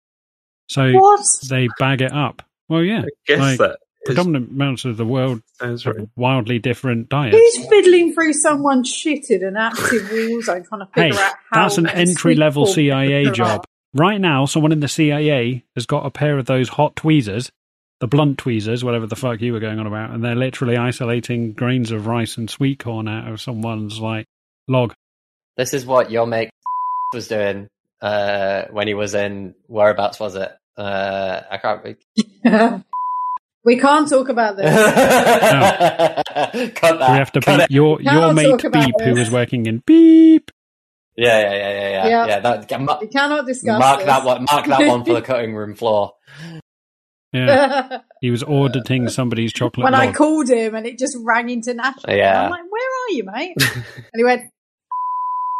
S1: So
S2: What?
S1: they bag it up. Well, yeah,
S4: I guess
S1: Like,
S4: that is,
S1: predominant amounts of the world
S4: sounds right.
S1: have wildly different diets.
S2: Who's fiddling through someone's shit in an active war zone trying to
S1: Hey,
S2: figure out how
S1: that's an
S2: to
S1: entry level
S2: sneak forward
S1: CIA
S2: through the
S1: job. Right now, someone in the CIA has got a pair of those hot tweezers, the blunt tweezers, whatever the fuck you were going on about, and they're literally isolating grains of rice and sweet corn out of someone's like log.
S3: This is what your mate was doing uh, when he was in whereabouts was it? Uh, I can't. Be-
S2: bar. we can't talk about this.
S3: Cut that.
S1: we have to
S3: Cut
S1: beep
S3: it.
S1: your
S2: Now
S1: your
S2: I'll
S1: mate
S2: talk about
S1: beep who
S2: this.
S1: was working in beep.
S3: Yeah, yeah, yeah, yeah, yeah.
S2: Yeah.
S3: yeah that, get- ma-
S2: We cannot discuss
S3: mark
S2: this.
S3: that one. Mark that one for the cutting room floor.
S1: Yeah, he was auditing somebody's chocolate.
S2: when I
S1: log.
S2: called him and it just rang international.
S3: Yeah.
S2: And I'm like, where are you, mate? and he went,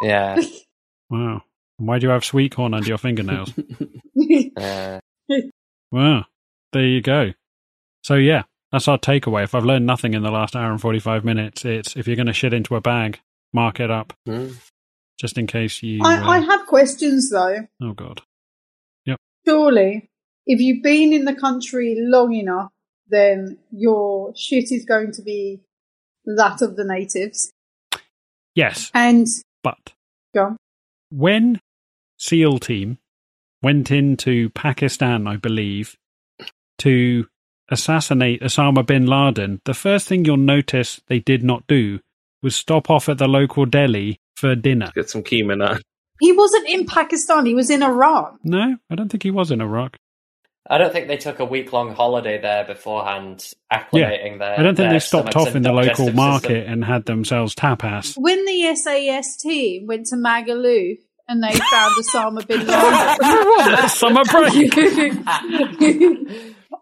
S3: Yeah.
S1: wow, why do you have sweet corn under your fingernails?
S3: Uh,
S1: Wow. There you go. So yeah, that's our takeaway. If I've learned nothing in the last hour and 45 minutes, it's if you're going to shit into a bag, mark it up
S4: Hmm.
S1: just in case you uh,
S2: Mm. I, I have questions though.
S1: Oh god.
S2: Surely, if you've been in the country long enough, then your shit is going to be that of the natives.
S1: Yes,
S2: And
S1: but
S2: go on.
S1: when SEAL team went into Pakistan, I believe, to assassinate Osama bin Laden, the first thing you'll notice they did not do was stop off at the local deli for dinner.
S4: Get some keema nut.
S2: he wasn't in Pakistan, he was in Iran.
S1: No, I don't think he was in Iraq.
S3: I don't think they took a week long holiday there beforehand, acclimating their.
S1: I don't think
S3: their
S1: they stopped
S3: stomachs
S1: off
S3: and
S1: in the local
S3: digestive
S1: market
S3: system.
S1: and had themselves tapas.
S2: When the SAS team went to Magaluf and they found Osama bin Laden.
S1: Summer break.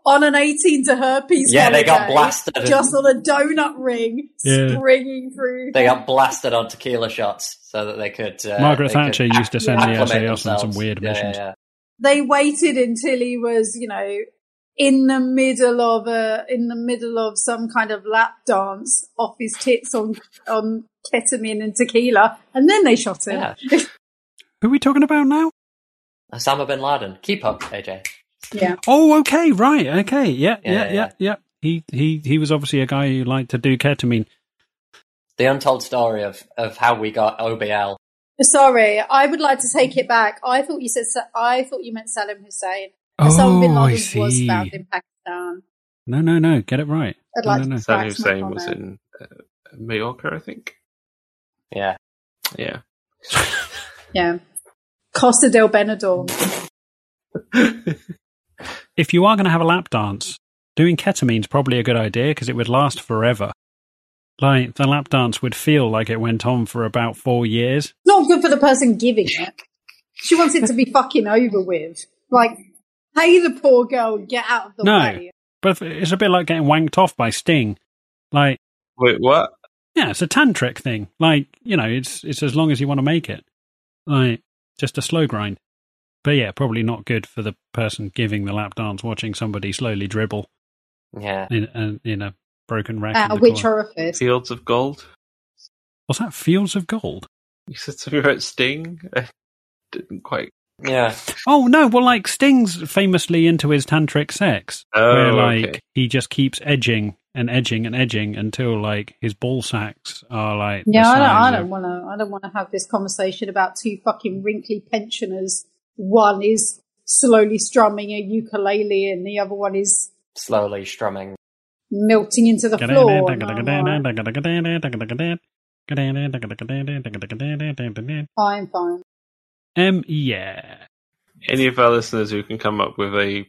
S2: on an 18 to herpes.
S3: Yeah, they got
S2: holiday,
S3: blasted.
S2: Just on a donut ring,
S1: Yeah.
S2: springing through.
S3: They got blasted on tequila shots so that they could. Uh,
S1: Margaret
S3: they
S1: Thatcher
S3: could
S1: used to send the
S3: acclimate
S1: SAS on some
S3: themselves.
S1: weird
S3: Yeah, yeah,
S1: missions.
S3: yeah.
S2: They waited until he was, you know, in the middle of a in the middle of some kind of lap dance off his tits on on ketamine and tequila, and then they shot him.
S3: Yeah.
S1: Who are we talking about now?
S3: Osama bin Laden. Keep up, AJ.
S2: Yeah.
S1: Oh, okay, right, okay, yeah,
S3: Yeah,
S1: yeah, yeah, yeah.
S3: yeah.
S1: he he he was obviously a guy who liked to do ketamine.
S3: The untold story of, of how we got OBL.
S2: Sorry, I would like to take it back. I thought you said Sa- I thought you meant Saddam Hussein. Osama bin
S1: Oh, I
S2: Laden was
S1: see.
S2: found in Pakistan.
S1: No, no, no. Get it right.
S2: I'd
S1: No,
S2: like
S1: no, no.
S2: to correct
S4: Saddam
S2: my
S4: Hussein was
S2: comment.
S4: in uh, Mallorca, I think.
S3: Yeah.
S4: Yeah.
S2: Yeah, Costa del Benidorm.
S1: If you are going to have a lap dance, doing ketamine's probably a good idea because it would last forever. Like the lap dance would feel like it went on for about four years.
S2: Not good for the person giving it. She wants it to be fucking over with. Like, pay the poor girl and get out of the
S1: No.
S2: way.
S1: But it's a bit like getting wanked off by Sting. Like,
S4: Wait, what?
S1: yeah, it's a tantric thing. Like, you know, it's it's as long as you want to make it. Like, just a slow grind. But yeah, probably not good for the person giving the lap dance, watching somebody slowly dribble
S3: Yeah.
S1: in, in, in a broken rack. in
S2: Out
S1: the
S2: of Uh, which
S1: corner.
S2: orifice?
S4: Fields of Gold?
S1: What's that? Fields of Gold?
S4: You said something about Sting? I didn't quite.
S3: Yeah.
S1: Oh no! Well, like Sting's famously into his tantric sex,
S4: Oh,
S1: where like
S4: okay.
S1: he just keeps edging and edging and edging until like his ball sacks are like the
S2: Yeah, I don't, I
S1: size
S2: don't
S1: of-
S2: want to. I don't want to have this conversation about two fucking wrinkly pensioners. One is slowly strumming a ukulele, and the other one is
S3: Slowly strumming.
S2: melting into the floor. and I'm like, Fine, fine.
S1: Um, yeah.
S4: Any of our listeners who can come up with a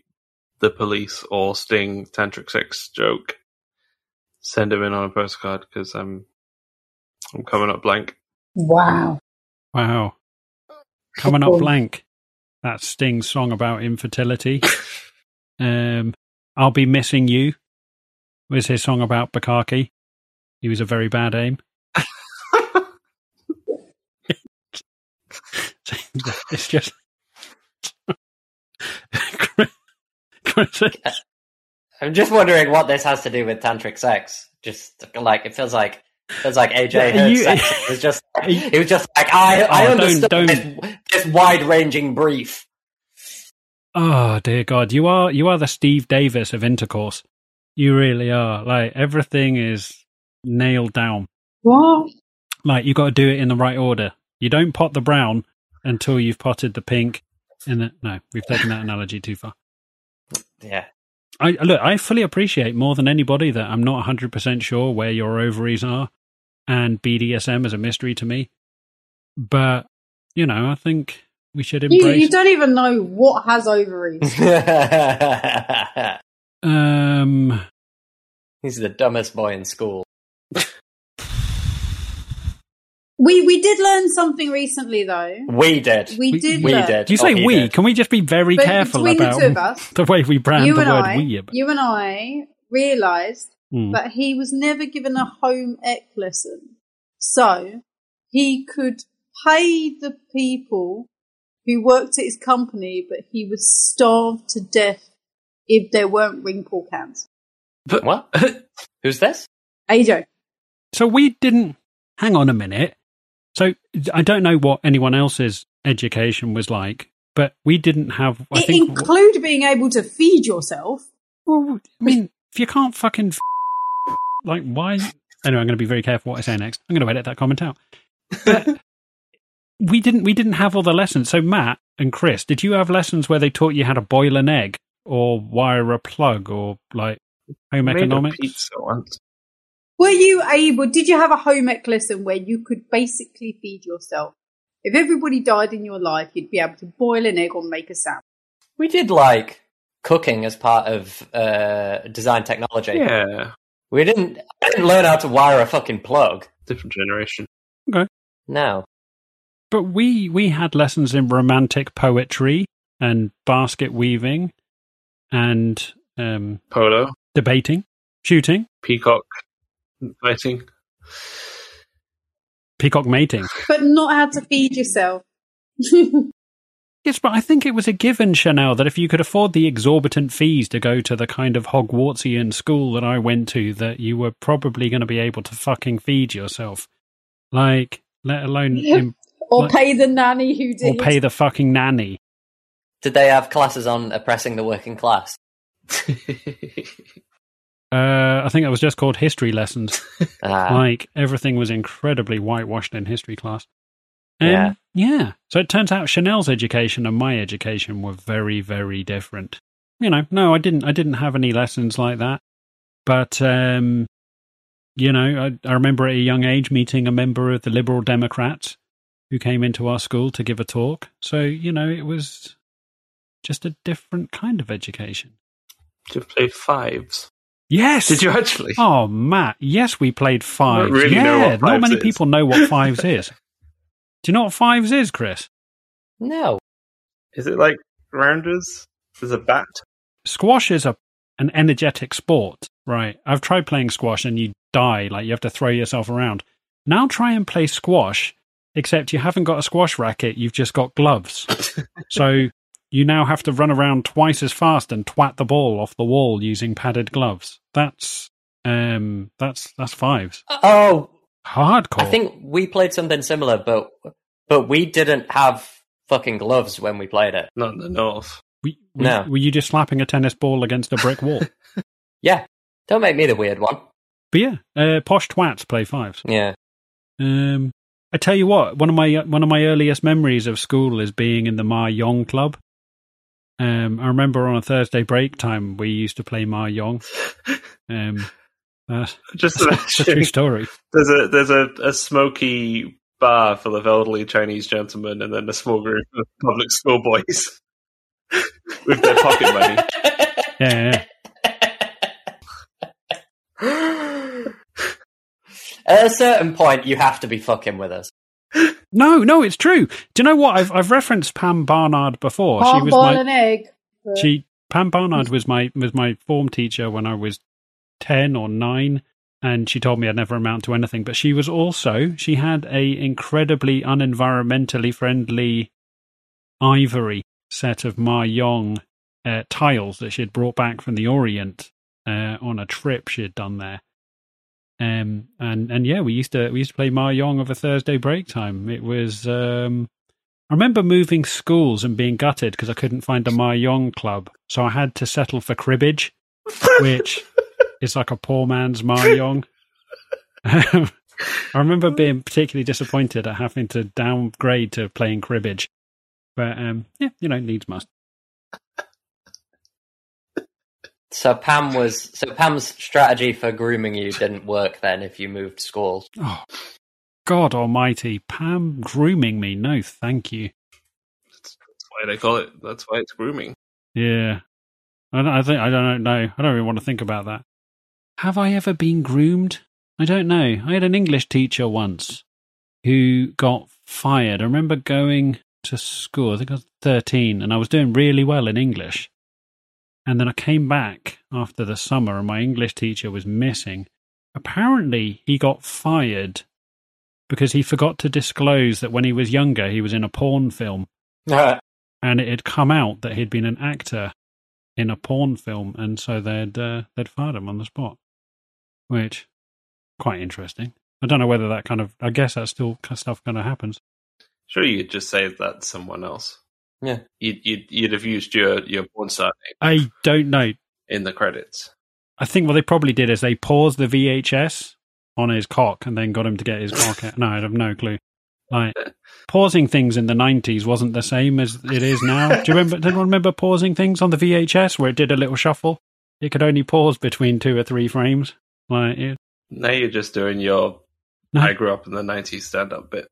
S4: the police or Sting tantric sex joke, send them in on a postcard because I'm I'm coming up blank.
S2: Wow.
S1: Wow. Coming up
S2: Cool.
S1: blank. That's Sting's song about infertility. um, I'll be missing you. Was his song about Bukaki? He was a very bad aim. it's just. Chris-
S3: I'm just wondering what this has to do with tantric sex. Just like it feels like feels like AJ
S1: Yeah,
S3: heard
S1: you-
S3: sex. It was just
S1: Are you-
S3: it was just like I I
S1: Oh, don't-
S3: understood
S1: don't-
S3: this, this wide ranging brief.
S1: Oh dear God, you are you are the Steve Davis of intercourse. You really are. Like everything is nailed down.
S2: What?
S1: Like you got to do it in the right order. You don't pot the brown until you've potted the pink. And the, no, we've taken that analogy too far.
S3: Yeah.
S1: I look. I fully appreciate more than anybody that I'm not 100 percent sure where your ovaries are, and BDSM is a mystery to me. But you know, I think we should
S2: You,
S1: embrace.
S2: you don't even know what has ovaries.
S1: um.
S3: He's the dumbest boy in school.
S2: we we did learn something recently, though.
S3: We did.
S2: We,
S1: We-
S2: did.
S3: We
S2: learn.
S3: did.
S1: Do you
S3: Oh,
S1: say
S3: he
S1: we?
S3: did.
S1: Can we just be very
S2: But
S1: careful
S2: between
S1: about
S2: the two of us,
S1: the way we brand
S2: you
S1: the
S2: and
S1: word
S2: I,
S1: we? about-
S2: you and I realised
S1: Hmm.
S2: that he was never given a home ec lesson, so he could pay the people who worked at his company, but he would starve to death if there weren't ring pull cans.
S3: What? Who's this?
S2: AJ,
S1: So we didn't. Hang on a minute. So I don't know what anyone else's education was like, but we didn't have. I
S2: it
S1: think.
S2: include being able to feed yourself.
S1: well, I mean, if you can't fucking f- like, why? Anyway, I'm going to be very careful what I say next. I'm going to edit that comment out. But we didn't. We didn't have all the lessons. So Matt and Chris, did you have lessons where they taught you how to boil an egg or wire a plug or like home
S4: Made a
S1: economics?
S4: pizza once.
S2: Were you able, did you have a home ec lesson where you could basically feed yourself? If everybody died in your life, you'd be able to boil an egg or make a sandwich.
S3: We did like cooking as part of uh, design technology.
S4: Yeah,
S3: We didn't I didn't learn how to wire a fucking plug.
S4: different generation.
S3: No.
S1: But we we had lessons in romantic poetry and basket weaving and um,
S4: Polo,
S1: debating, shooting,
S4: peacock, fighting.
S1: peacock mating.
S2: but not how to feed yourself.
S1: Yes, but I think it was a given, Chanel, that if you could afford the exorbitant fees to go to the kind of Hogwartsian school that I went to, that you were probably going to be able to fucking feed yourself. Like, let alone im-
S2: or
S1: Like-
S2: pay the nanny who
S1: or
S2: did.
S1: pay the fucking nanny.
S3: Did they have classes on oppressing the working class?
S1: Uh, I think that was just called history lessons.
S3: Ah,
S1: like everything was incredibly whitewashed in history class.
S3: Yeah.
S1: yeah. So it turns out Chanel's education and my education were very, very different. You know, no, I didn't. I didn't have any lessons like that. But um, you know, I, I remember at a young age meeting a member of the Liberal Democrats who came into our school to give a talk. So you know, it was just a different kind of education.
S4: Did you play fives?
S1: Yes.
S4: Did you actually?
S1: Oh, Matt, yes, we played fives.
S4: really
S1: yeah,
S4: know
S1: not
S4: what fives
S1: many
S4: is.
S1: people know what fives is. Do you know what fives is, Chris?
S3: no.
S4: Is it like rounders? There's a bat.
S1: Squash is a an energetic sport, right? I've tried playing squash and you die, like you have to throw yourself around. Now try and play squash, except you haven't got a squash racket, you've just got gloves. so you now have to run around twice as fast and twat the ball off the wall using padded gloves. That's um that's that's fives.
S3: Oh,
S1: Hardcore.
S3: I think we played something similar, but but we didn't have fucking gloves when we played it.
S4: Not in the north.
S1: Were, were,
S3: No.
S1: were you just slapping a tennis ball against a brick wall?
S3: Yeah, don't make me the weird one.
S1: but yeah, uh, posh twats play fives.
S3: Yeah,
S1: Um, I tell you what, one of my one of my earliest memories of school is being in the Ma Yong club. Um, I remember on a Thursday break time we used to play Ma Yong. Um, that's,
S4: Just
S1: that's a true
S4: imagine.
S1: story.
S4: There's a there's a, a smoky bar full of elderly Chinese gentlemen, and then a small group of public school boys with their pocket money.
S1: Yeah, yeah.
S3: At a certain point, you have to be fucking with us.
S1: No, no, it's true. Do you know what? I've I've referenced Pam Barnard before.
S2: Hard
S1: she was
S2: boil
S1: my
S2: an egg. But
S1: She Pam Barnard was my was my form teacher when I was ten or nine, and she told me I'd never amount to anything. But she was also she had a incredibly unenvironmentally friendly ivory set of Ma Yong uh, tiles that she had brought back from the Orient uh, on a trip she had done there. Um and and yeah, we used to we used to play Ma Yong over Thursday break time. It was um I remember moving schools and being gutted because I couldn't find a Mahjong club. So I had to settle for cribbage, which is like a poor man's Mahjong. I remember being particularly disappointed at having to downgrade to playing cribbage. But um, yeah, you know, needs must.
S3: So Pam was so Pam's strategy for grooming you didn't work then if you moved schools.
S1: Oh, God almighty. Pam grooming me. No, thank you.
S4: That's why they call it. That's why it's grooming.
S1: Yeah. I don't, I think I don't know. I don't really want to think about that. Have I ever been groomed? I don't know. I had an English teacher once who got fired. I remember going to school, I think I was 13, and I was doing really well in English. And then I came back after the summer and my English teacher was missing. Apparently, he got fired because he forgot to disclose that when he was younger, he was in a porn film and it had come out that he'd been an actor in a porn film, and so they'd uh, they'd fired him on the spot, which quite interesting. I don't know whether that kind of I guess that still kind of stuff kind of happens.
S4: Sure, you'd just say that to someone else.
S3: Yeah.
S4: you'd you'd, you'd have used your your porn star name
S1: I don't know.
S4: in the credits.
S1: I think what they probably did is they paused the VHS on his cock and then got him to get his cock out. No, I have no clue. Like pausing things in the nineties wasn't the same as it is now. Do you remember? Did anyone remember pausing things on the VHS where it did a little shuffle? It could only pause between two or three frames. Like it,
S4: Now you're just doing your.
S1: No.
S4: I grew up in the '90s stand-up bit.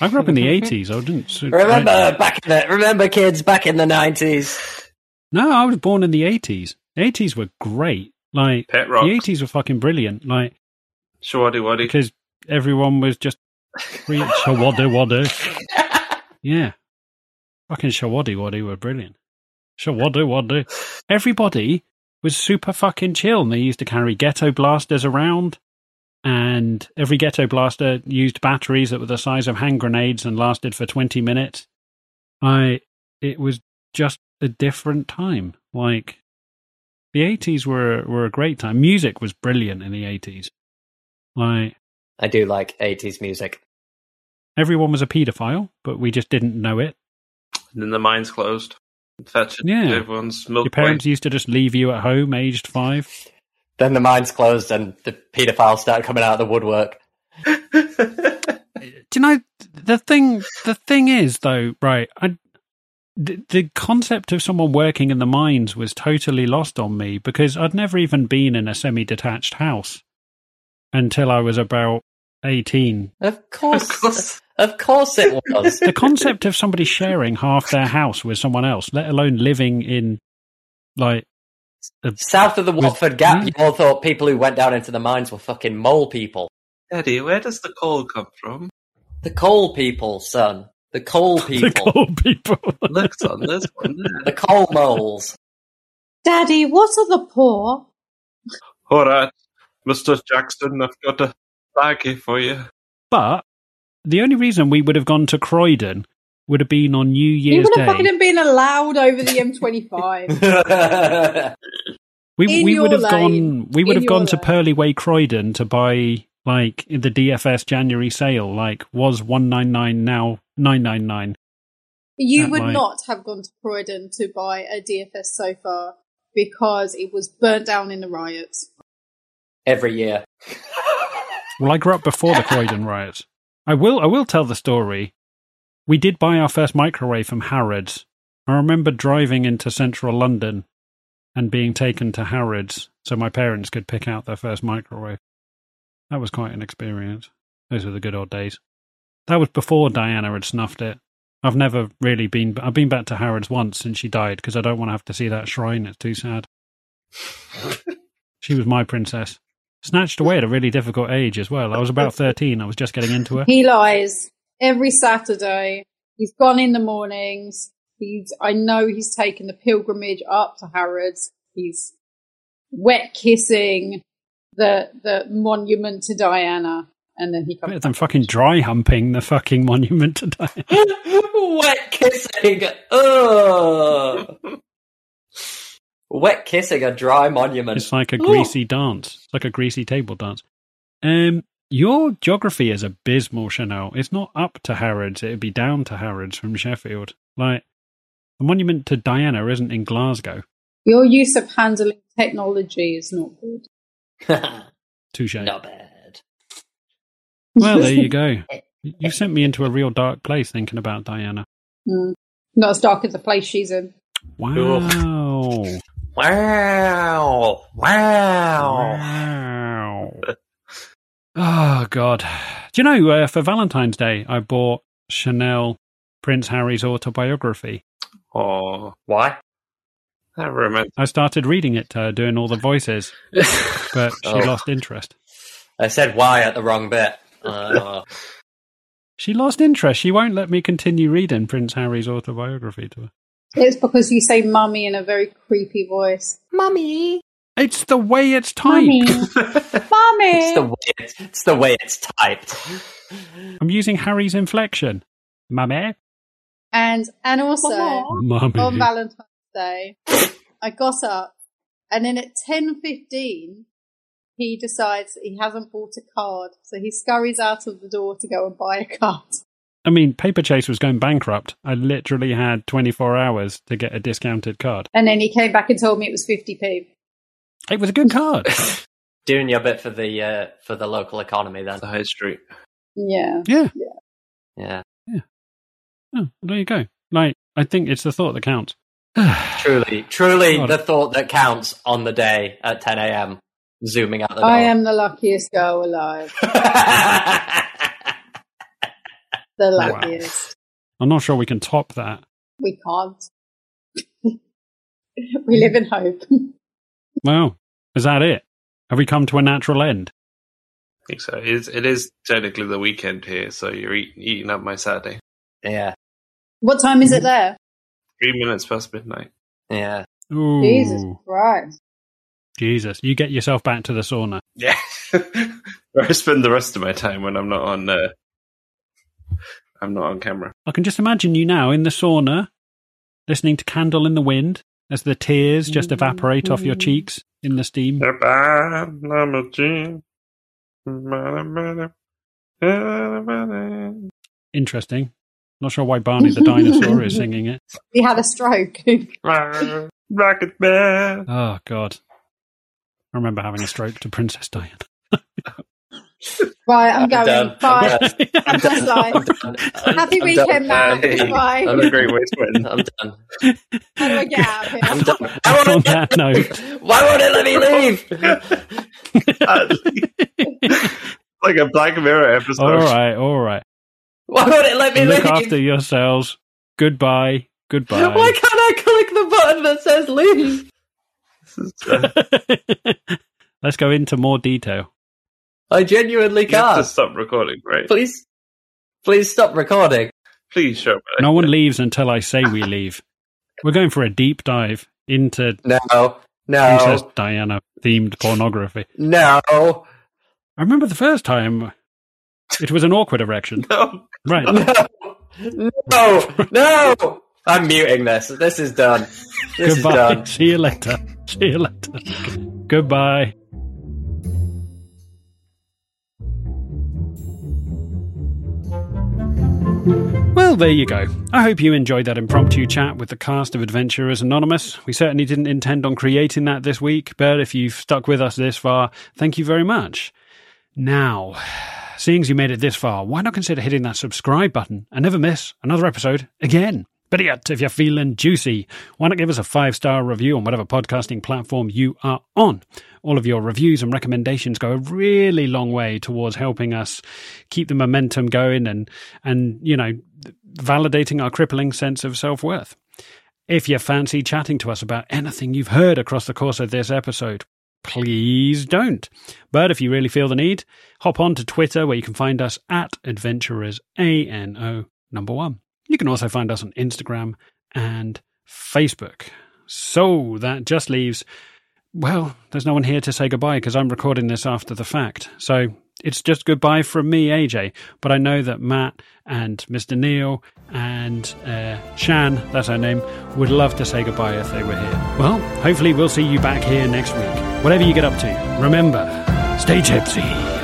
S1: I grew up in the eighties. I didn't so-
S3: remember
S1: I-
S3: back in the remember kids back in the nineties.
S1: no, I was born in the eighties. Eighties were great. Like
S4: Pet rock.
S1: the eighties were fucking brilliant. Like
S4: Shawadi Wadi.
S1: because everyone was just free. Shawada wada. Yeah, fucking shawadi wadi were brilliant. Shawada wada. Everybody was super fucking chill, and they used to carry ghetto blasters around. And every ghetto blaster used batteries that were the size of hand grenades and lasted for twenty minutes. I it was just a different time. Like the eighties were were a great time. Music was brilliant in the eighties. Like
S3: I do like eighties music.
S1: everyone was a paedophile, but we just didn't know it.
S4: And then the mines closed. Thatcher
S1: Yeah.
S4: everyone's milk.
S1: Your parents used to just leave you at home, aged five.
S3: Then the mine's closed and the paedophiles start coming out of the woodwork.
S1: do you know the thing the thing is though right I, the, the concept of someone working in the mines was totally lost on me because i'd never even been in a semi-detached house until i was about 18
S3: Of course, of course, it was.
S1: the concept of somebody sharing half their house with someone else let alone living in like a,
S3: South of the
S1: Was-
S3: Watford Gap, you all thought people who went down into the mines were fucking mole people.
S4: Daddy, where does the coal come from?
S3: The coal people, son. The coal people.
S1: the cold people
S4: Look, son, there's one there.
S3: The coal moles.
S2: Daddy, what are the poor?
S4: All right, Mr. Jackson, I've got a bag here for you.
S1: but the only reason we would have gone to croydon would have been on new
S2: You
S1: year's
S2: would have
S1: day
S2: fucking been allowed over the M25.
S3: That's
S1: we,
S2: in
S1: we
S2: your
S1: would have
S2: lane.
S1: gone we would
S2: In
S1: have gone
S2: your
S1: to
S2: lane.
S1: Purley Way Croydon to buy like in the DFS January sale like was 199 now 999
S2: You
S1: That
S2: would
S1: might-
S2: not have gone to Croydon to buy a DFS sofa because it was burnt down in the riots.
S3: every year.
S1: well I grew up before the Croydon riots I will I will tell the story we did buy our first microwave from Harrods I remember driving into central London and being taken to Harrods so my parents could pick out their first microwave that was quite an experience those were the good old days That was before Diana had snuffed it. I've never really been. I've been back to Harrods once since she died because I don't want to have to see that shrine. It's too sad. she was my princess. Snatched away at a really difficult age as well. I was about 13. I was just getting into her.
S2: He lies every Saturday. He's gone in the mornings. He's, I know he's taken the pilgrimage up to Harrods. He's wet kissing the the monument to Diana, and then he
S1: Better
S2: comes.
S1: than fucking dry humping the fucking monument to Diana.
S3: Wet kissing. Ugh. Wet kissing a dry monument.
S1: It's like a greasy dance. It's like a greasy table dance. Um, your geography is abysmal, Chanel. It's not up to Harrods. It'd be down to Harrods from Sheffield. Like the monument to Diana isn't in Glasgow.
S2: Your use of handling technology is not good.
S3: Not
S1: Touche.
S3: bad.
S1: Well, there you go. You sent me into a real dark place thinking about Diana.
S2: Mm. Not as dark as the place she's in.
S1: Wow.
S3: Wow. Wow.
S1: Wow. Oh, God. Do you know, uh, for Valentine's Day, I bought Chanel Prince Harry's autobiography.
S4: Oh,
S3: Why?
S4: that reminds
S1: I started reading it to her, doing all the voices, but she
S3: Oh.
S1: lost interest.
S3: I said why at the wrong bit. Uh,
S1: She lost interest. She won't let me continue reading Prince Harry's autobiography to her.
S2: It's because you say mummy in a very creepy voice.
S1: It's the way it's typed.
S2: Mummy.
S3: it's, the
S2: mummy.
S3: way it's, it's the way it's typed.
S1: I'm using Harry's inflection. Mummy.
S2: And and also on
S1: Mummy.
S2: Valentine's Day, I got up, and then at ten fifteen, he decides that he hasn't bought a card, so he scurries out of the door to go and buy a card.
S1: I mean, Paper Chase was going bankrupt. I literally had 24 hours to get a discounted card.
S2: And then he came back and told me it was fifty p.
S1: It was a good card.
S3: Doing your bit for the uh, for the local economy then.
S4: the high street.
S2: Yeah,
S1: yeah.
S3: Yeah.
S1: Oh, there you go. Like, I think it's the thought that counts.
S3: Truly, truly
S1: God.
S3: the thought that counts on the day at 10 a.m. Zooming out the door.
S2: I am the luckiest girl alive. The
S1: Wow.
S2: luckiest.
S1: I'm not sure we can top that.
S2: We can't. we live in hope.
S1: Well, is that it? Have we come to a natural end?
S4: I think so. It is, it is technically the weekend here, so you're eat, eating up my Saturday.
S3: yeah,
S2: what time is it there?
S4: Three minutes past midnight.
S3: yeah.
S1: Ooh.
S2: Jesus Christ.
S1: Jesus. You get yourself back to the sauna.
S4: Yeah. Where I spend the rest of my time when I'm not on. Uh, I'm not on camera.
S1: I can just imagine you now in the sauna, listening to Candle in the Wind as the tears just evaporate off your cheeks in the steam.
S4: If I'm not a genie, bada, bada, bada, bada.
S1: Interesting. Not sure why Barney the dinosaur is singing it.
S2: He had a stroke.
S4: Rocket man.
S1: Oh, God. I remember having a stroke to Princess Diana.
S2: Right, I'm,
S3: I'm
S2: going.
S3: done.
S2: Bye.
S3: I'm
S2: That's life.
S3: I'm,
S2: Happy
S3: I'm
S2: weekend,
S3: done.
S2: Matt. Bye.
S4: That's a great way to end.
S3: I'm done.
S2: How do I get out of
S3: I'm
S2: here?
S3: done. I
S1: on
S3: want to.
S1: that note,
S3: Why won't it let me leave?
S4: like a Black Mirror episode.
S1: all right, all right.
S3: Why won't it let me
S1: Look
S3: leave?
S1: after yourselves. Goodbye. Goodbye.
S3: Why can't I click the button that says leave?
S4: This is, uh,
S1: Let's go into more detail.
S3: I genuinely
S4: you have to
S3: can't.
S4: stop recording, right?
S3: Please, please stop recording.
S4: Please show me.
S1: No one leaves until I say we leave. We're going for a deep dive into
S3: No, no,
S1: Princess
S3: Oh.
S1: Diana themed pornography.
S3: no,
S1: I remember the first time it was an awkward erection.
S4: No.
S1: Right.
S3: no, no, no. I'm muting this. This is done. This is
S1: Goodbye.
S3: done.
S1: See you later. See you later. Goodbye. Well, there you go. I hope you enjoyed that impromptu chat with the cast of Adventurers Anonymous. We certainly didn't intend on creating that this week, but if you've stuck with us this far, thank you very much. Now, seeing as you made it this far, why not consider hitting that subscribe button and never miss another episode again? But yet, if you're feeling juicy, why not give us a five star review on whatever podcasting platform you are on? All of your reviews and recommendations go a really long way towards helping us keep the momentum going and, and you know, validating our crippling sense of self worth. If you fancy chatting to us about anything you've heard across the course of this episode, please don't. But if you really feel the need, hop on to Twitter where you can find us at Adventurers ANO number one. You can also find us on Instagram and Facebook. So that just leaves, well, there's no one here to say goodbye because I'm recording this after the fact. So it's just goodbye from me, AJ. But I know that Matt and Mr. Neil and uh, Shan, that's her name, would love to say goodbye if they were here. Well, hopefully we'll see you back here next week. Whatever you get up to, remember, stay gypsy.